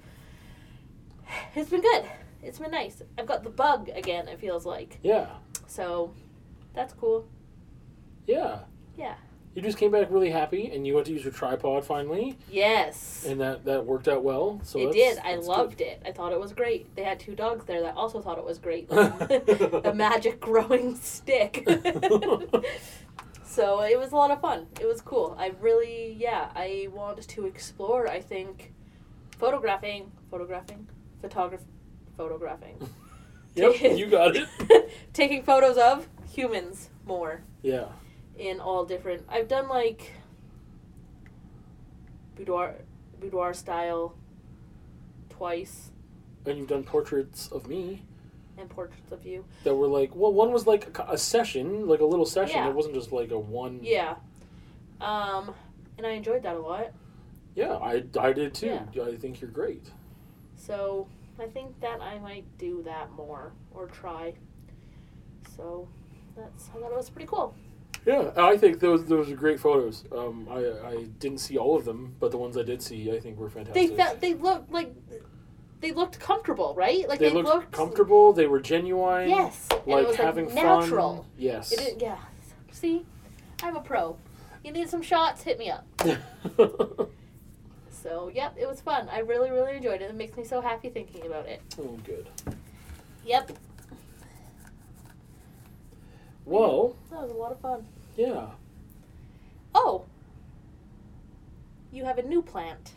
Speaker 1: It's been good. It's been nice. I've got the bug again. It feels like
Speaker 2: Yeah.
Speaker 1: so. That's cool.
Speaker 2: Yeah.
Speaker 1: Yeah.
Speaker 2: You just came back really happy, and you went to use your tripod finally,
Speaker 1: Yes.
Speaker 2: and that that worked out well. So
Speaker 1: it
Speaker 2: that's-
Speaker 1: did. I
Speaker 2: that's
Speaker 1: loved it. I thought it was great. They had two dogs there that also thought it was
Speaker 2: [laughs]
Speaker 1: great. [laughs] the magic growing stick. so it was a lot of fun. It was cool. I really, yeah, I want to explore, I think, photographing, photographing, photograph, photographing.
Speaker 2: Good. [laughs] Yep. You got it.
Speaker 1: [laughs] Taking photos of humans more
Speaker 2: [laughs] Yeah.
Speaker 1: in all different. I've done like boudoir boudoir style twice
Speaker 2: And you've done portraits of me.
Speaker 1: and portraits of you.
Speaker 2: that were like well one was like a, a session like a little session
Speaker 1: Yeah.
Speaker 2: it wasn't just like a one
Speaker 1: Yeah. Um and I enjoyed that a lot.
Speaker 2: Yeah, i i did too
Speaker 1: Yeah.
Speaker 2: i think you're great
Speaker 1: So I think that I might do that more or try. So that's I thought it was pretty cool.
Speaker 2: yeah i think those those are great photos um i i didn't see all of them but the ones i did see i think were
Speaker 1: They
Speaker 2: fantastic
Speaker 1: felt they looked like they looked comfortable, right? Like
Speaker 2: they,
Speaker 1: they,
Speaker 2: looked, comfortable they were genuine
Speaker 1: Yes. and
Speaker 2: like
Speaker 1: it was
Speaker 2: having
Speaker 1: like natural.
Speaker 2: fun yes
Speaker 1: It
Speaker 2: [laughs]
Speaker 1: didn't, yeah. See, I'm a pro. You need some shots? Hit me up.
Speaker 2: Oh,
Speaker 1: So, yep, it was fun. I really, really enjoyed it. It makes me so happy thinking about it.
Speaker 2: oh good
Speaker 1: Yep,
Speaker 2: well
Speaker 1: that was a lot of fun.
Speaker 2: yeah
Speaker 1: Oh, you have a new plant.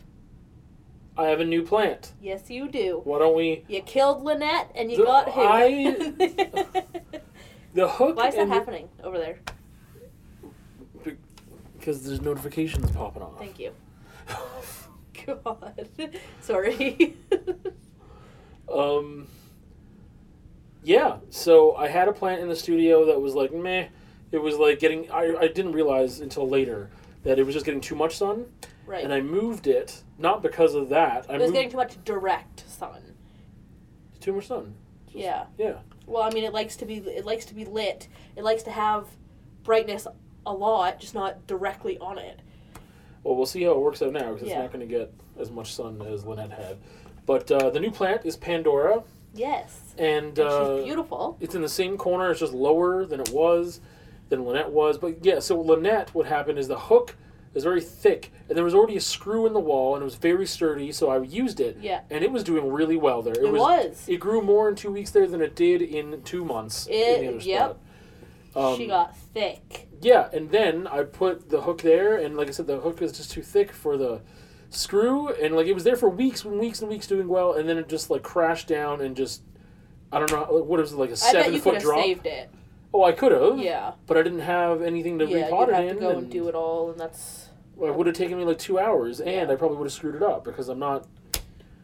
Speaker 2: I have a new plant.
Speaker 1: Yes, you do.
Speaker 2: Why don't we?
Speaker 1: You killed Lynette and you
Speaker 2: The-
Speaker 1: got who?
Speaker 2: I- The hook.
Speaker 1: [laughs] Why is that
Speaker 2: and the-
Speaker 1: happening over there?
Speaker 2: Because there's notifications popping off.
Speaker 1: Thank you. [laughs] God. [laughs] Sorry.
Speaker 2: [laughs]
Speaker 1: [laughs]
Speaker 2: Um, yeah, so I had a plant in the studio that was like meh. It was like getting. I, I didn't realize until later that it was just getting too much sun,
Speaker 1: right.
Speaker 2: and I moved it not because of that. I
Speaker 1: it was
Speaker 2: moved
Speaker 1: getting too much direct sun.
Speaker 2: too much sun. Just-
Speaker 1: Yeah.
Speaker 2: Yeah.
Speaker 1: Well, I mean, it likes to be it likes to be lit. It likes to have brightness a lot, just not directly on it.
Speaker 2: Well, we'll see how it works out now because
Speaker 1: Yeah.
Speaker 2: it's not going to get as much sun as Lynette had. But uh, the new plant is Pandora,
Speaker 1: Yes.
Speaker 2: and,
Speaker 1: And
Speaker 2: uh,
Speaker 1: she's beautiful.
Speaker 2: it's in the same corner. It's just lower than it was, than Lynette was. But yeah, so Lynette, what happened is the hook is very thick, and there was already a screw in the wall, and it was very sturdy. So I used it,
Speaker 1: Yeah.
Speaker 2: and it was doing really well there. It,
Speaker 1: It, was.
Speaker 2: It grew more in two weeks there than it did in two months. in
Speaker 1: It-
Speaker 2: the other
Speaker 1: yep.
Speaker 2: spot. Um,
Speaker 1: she got thick.
Speaker 2: yeah, and then I put the hook there, and like I said, the hook is just too thick for the screw, and like it was there for weeks and weeks and weeks doing well, and then it just like crashed down and just I don't know like, what was it like a
Speaker 1: I
Speaker 2: seven
Speaker 1: bet you could
Speaker 2: foot
Speaker 1: have
Speaker 2: drop.
Speaker 1: saved it.
Speaker 2: Oh, I could have,
Speaker 1: Yeah.
Speaker 2: but I didn't have anything to
Speaker 1: yeah.
Speaker 2: repot
Speaker 1: You'd
Speaker 2: it
Speaker 1: have
Speaker 2: in.
Speaker 1: to go and do it all, and that's
Speaker 2: It would have taken me like two hours, and
Speaker 1: Yeah.
Speaker 2: I probably would have screwed it up because I'm not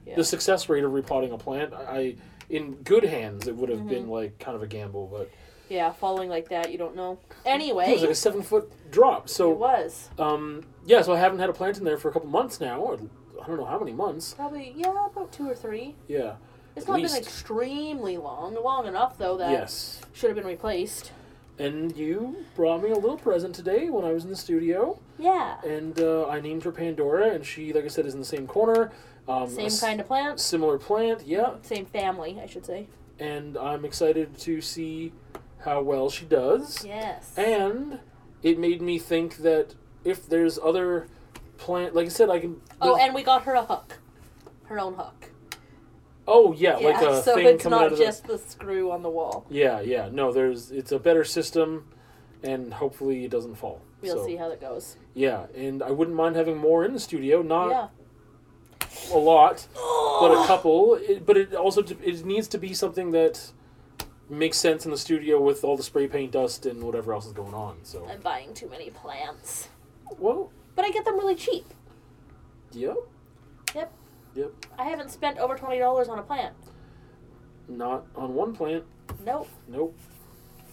Speaker 1: Yeah.
Speaker 2: the success rate of repotting a plant. I in good hands, it would
Speaker 1: Mm-hmm.
Speaker 2: have been like kind of a gamble, but
Speaker 1: yeah. Falling like that, you don't
Speaker 2: [laughs]
Speaker 1: know.
Speaker 2: it
Speaker 1: Anyway,
Speaker 2: was like a seven foot drop. So
Speaker 1: it was
Speaker 2: Um, yeah, so I haven't had a plant in there for a couple months now, or I don't know how many months.
Speaker 1: probably yeah about two or three.
Speaker 2: Yeah.
Speaker 1: It's
Speaker 2: At
Speaker 1: not
Speaker 2: least.
Speaker 1: been extremely long. Long enough though that
Speaker 2: Yes.
Speaker 1: should have been replaced.
Speaker 2: And you brought me a little present today when I was in the studio,
Speaker 1: Yeah.
Speaker 2: and uh, I named her Pandora, and she, like I said, is in the same corner. Um,
Speaker 1: Same kind of plant.
Speaker 2: Similar plant, yeah.
Speaker 1: Same family, I should say.
Speaker 2: And I'm excited to see how well she does.
Speaker 1: Yes.
Speaker 2: And it made me think that if there's other plant, like I said, I can.
Speaker 1: Oh,
Speaker 2: there's-
Speaker 1: and we got her a hook, her own hook.
Speaker 2: oh yeah,
Speaker 1: Yeah,
Speaker 2: like
Speaker 1: [laughs]
Speaker 2: a
Speaker 1: so
Speaker 2: thing
Speaker 1: it's
Speaker 2: coming out
Speaker 1: not
Speaker 2: of the-
Speaker 1: just the screw on the wall.
Speaker 2: Yeah, yeah. No, there's it's a better system, and hopefully it doesn't fall.
Speaker 1: We'll
Speaker 2: So,
Speaker 1: see how that goes.
Speaker 2: Yeah, and I wouldn't mind having more in the studio.
Speaker 1: yeah.
Speaker 2: Not a lot, but
Speaker 1: [sighs]
Speaker 2: a couple. It, but it also d- it needs to be something that makes sense in the studio with all the spray paint dust and whatever else is going on. So
Speaker 1: [gasps] I'm buying too many plants,
Speaker 2: well,
Speaker 1: but I get them really cheap.
Speaker 2: yep,
Speaker 1: I haven't spent over twenty dollars on a plant.
Speaker 2: not on one plant.
Speaker 1: Nope,
Speaker 2: Nope,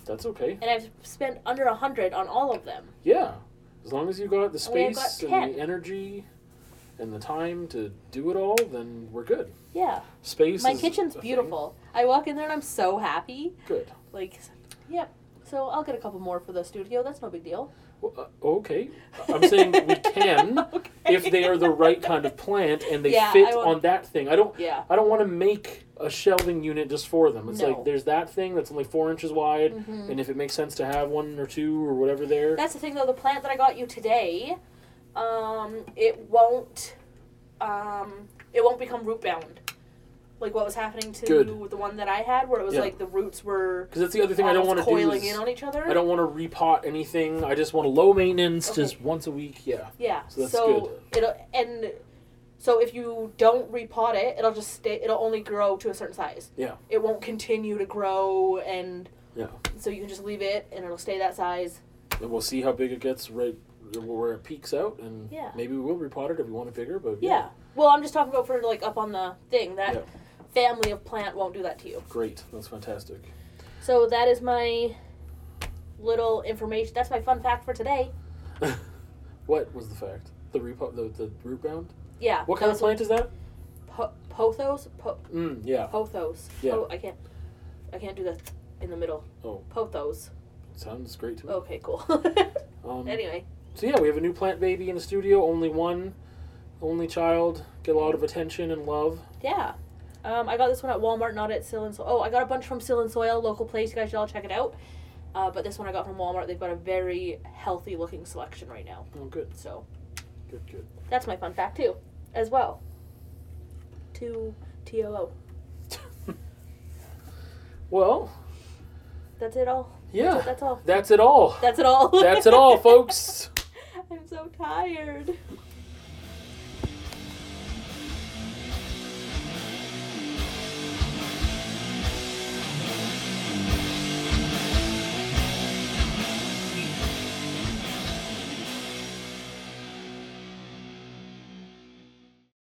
Speaker 2: that's okay.
Speaker 1: and I've spent under a hundred on all of them.
Speaker 2: Yeah, as long as you got the
Speaker 1: We have got
Speaker 2: space and
Speaker 1: 10.
Speaker 2: the energy and the time to do it all, then we're good.
Speaker 1: Yeah,
Speaker 2: Space.
Speaker 1: my
Speaker 2: is
Speaker 1: kitchen's
Speaker 2: a thing.
Speaker 1: beautiful. I walk in there and I'm so happy.
Speaker 2: Good.
Speaker 1: Like, yep. So I'll get a couple more for the studio. That's no big deal.
Speaker 2: Well, uh, okay. I'm saying
Speaker 1: [laughs]
Speaker 2: we can
Speaker 1: Okay.
Speaker 2: if they are the right kind of plant and they
Speaker 1: Yeah, I
Speaker 2: fit
Speaker 1: won't-
Speaker 2: on that thing. I don't
Speaker 1: [laughs] Yeah.
Speaker 2: I don't want to make a shelving unit just for them. It's
Speaker 1: No.
Speaker 2: like there's that thing that's only 4 inches wide
Speaker 1: Mhm.
Speaker 2: and if it makes sense to have one or two or whatever there.
Speaker 1: That's the thing though, the plant that I got you today, um, it won't um it won't become root bound. Like what was happening to
Speaker 2: Good.
Speaker 1: the one that I had where it was
Speaker 2: Yeah.
Speaker 1: like the roots were
Speaker 2: Cuz that's the other thing I don't want
Speaker 1: almost
Speaker 2: to do
Speaker 1: coiling
Speaker 2: is
Speaker 1: in on each other.
Speaker 2: I don't want to repot anything. I just want a low maintenance
Speaker 1: Okay.
Speaker 2: just once a week. Yeah.
Speaker 1: yeah.
Speaker 2: So
Speaker 1: So,
Speaker 2: that's
Speaker 1: it'll and so if you don't repot it, it'll just stay it'll only grow to a certain size.
Speaker 2: Yeah.
Speaker 1: It won't continue to grow and
Speaker 2: Yeah.
Speaker 1: so you can just leave it and it'll stay that size.
Speaker 2: And we'll see how big it gets right where it peaks out and
Speaker 1: Yeah.
Speaker 2: maybe we will repot it if we want it bigger, but
Speaker 1: Yeah. Well I'm just talking about for like up on the thing. That
Speaker 2: Yeah.
Speaker 1: family of plant won't do that to you.
Speaker 2: Great. That's fantastic.
Speaker 1: So that is my little information. That's my fun fact for today.
Speaker 2: What was the fact? The repo, the, the root ground.
Speaker 1: Yeah.
Speaker 2: What kind of
Speaker 1: that was
Speaker 2: plant is that?
Speaker 1: Po- pothos? Po-
Speaker 2: Mm, yeah.
Speaker 1: pothos.
Speaker 2: Yeah.
Speaker 1: Oh, I can't. I can't do that in the middle.
Speaker 2: Oh. Hmm.
Speaker 1: Pothos.
Speaker 2: Sounds great to me.
Speaker 1: Okay, cool. [laughs]
Speaker 2: Um,
Speaker 1: anyway,
Speaker 2: so yeah, we have a new plant baby in the studio. Only one, only child. Get a lot of attention and love.
Speaker 1: yeah. Um, I got this one at Walmart, not at Sill and Soil. Oh, I got a bunch from Sill and Soil, local place. You guys should all check it out. Uh, but this one I got from Walmart. They've got a very healthy looking selection right now.
Speaker 2: Oh, good,
Speaker 1: So
Speaker 2: good, good. [laughs]
Speaker 1: that's my fun fact too, as well. To T O O.
Speaker 2: Well,
Speaker 1: That's it
Speaker 2: [sighs]
Speaker 1: all.
Speaker 2: yeah.
Speaker 1: That's all.
Speaker 2: That's it all.
Speaker 1: That's it all. [laughs]
Speaker 2: That's it all, folks.
Speaker 1: I'm so tired.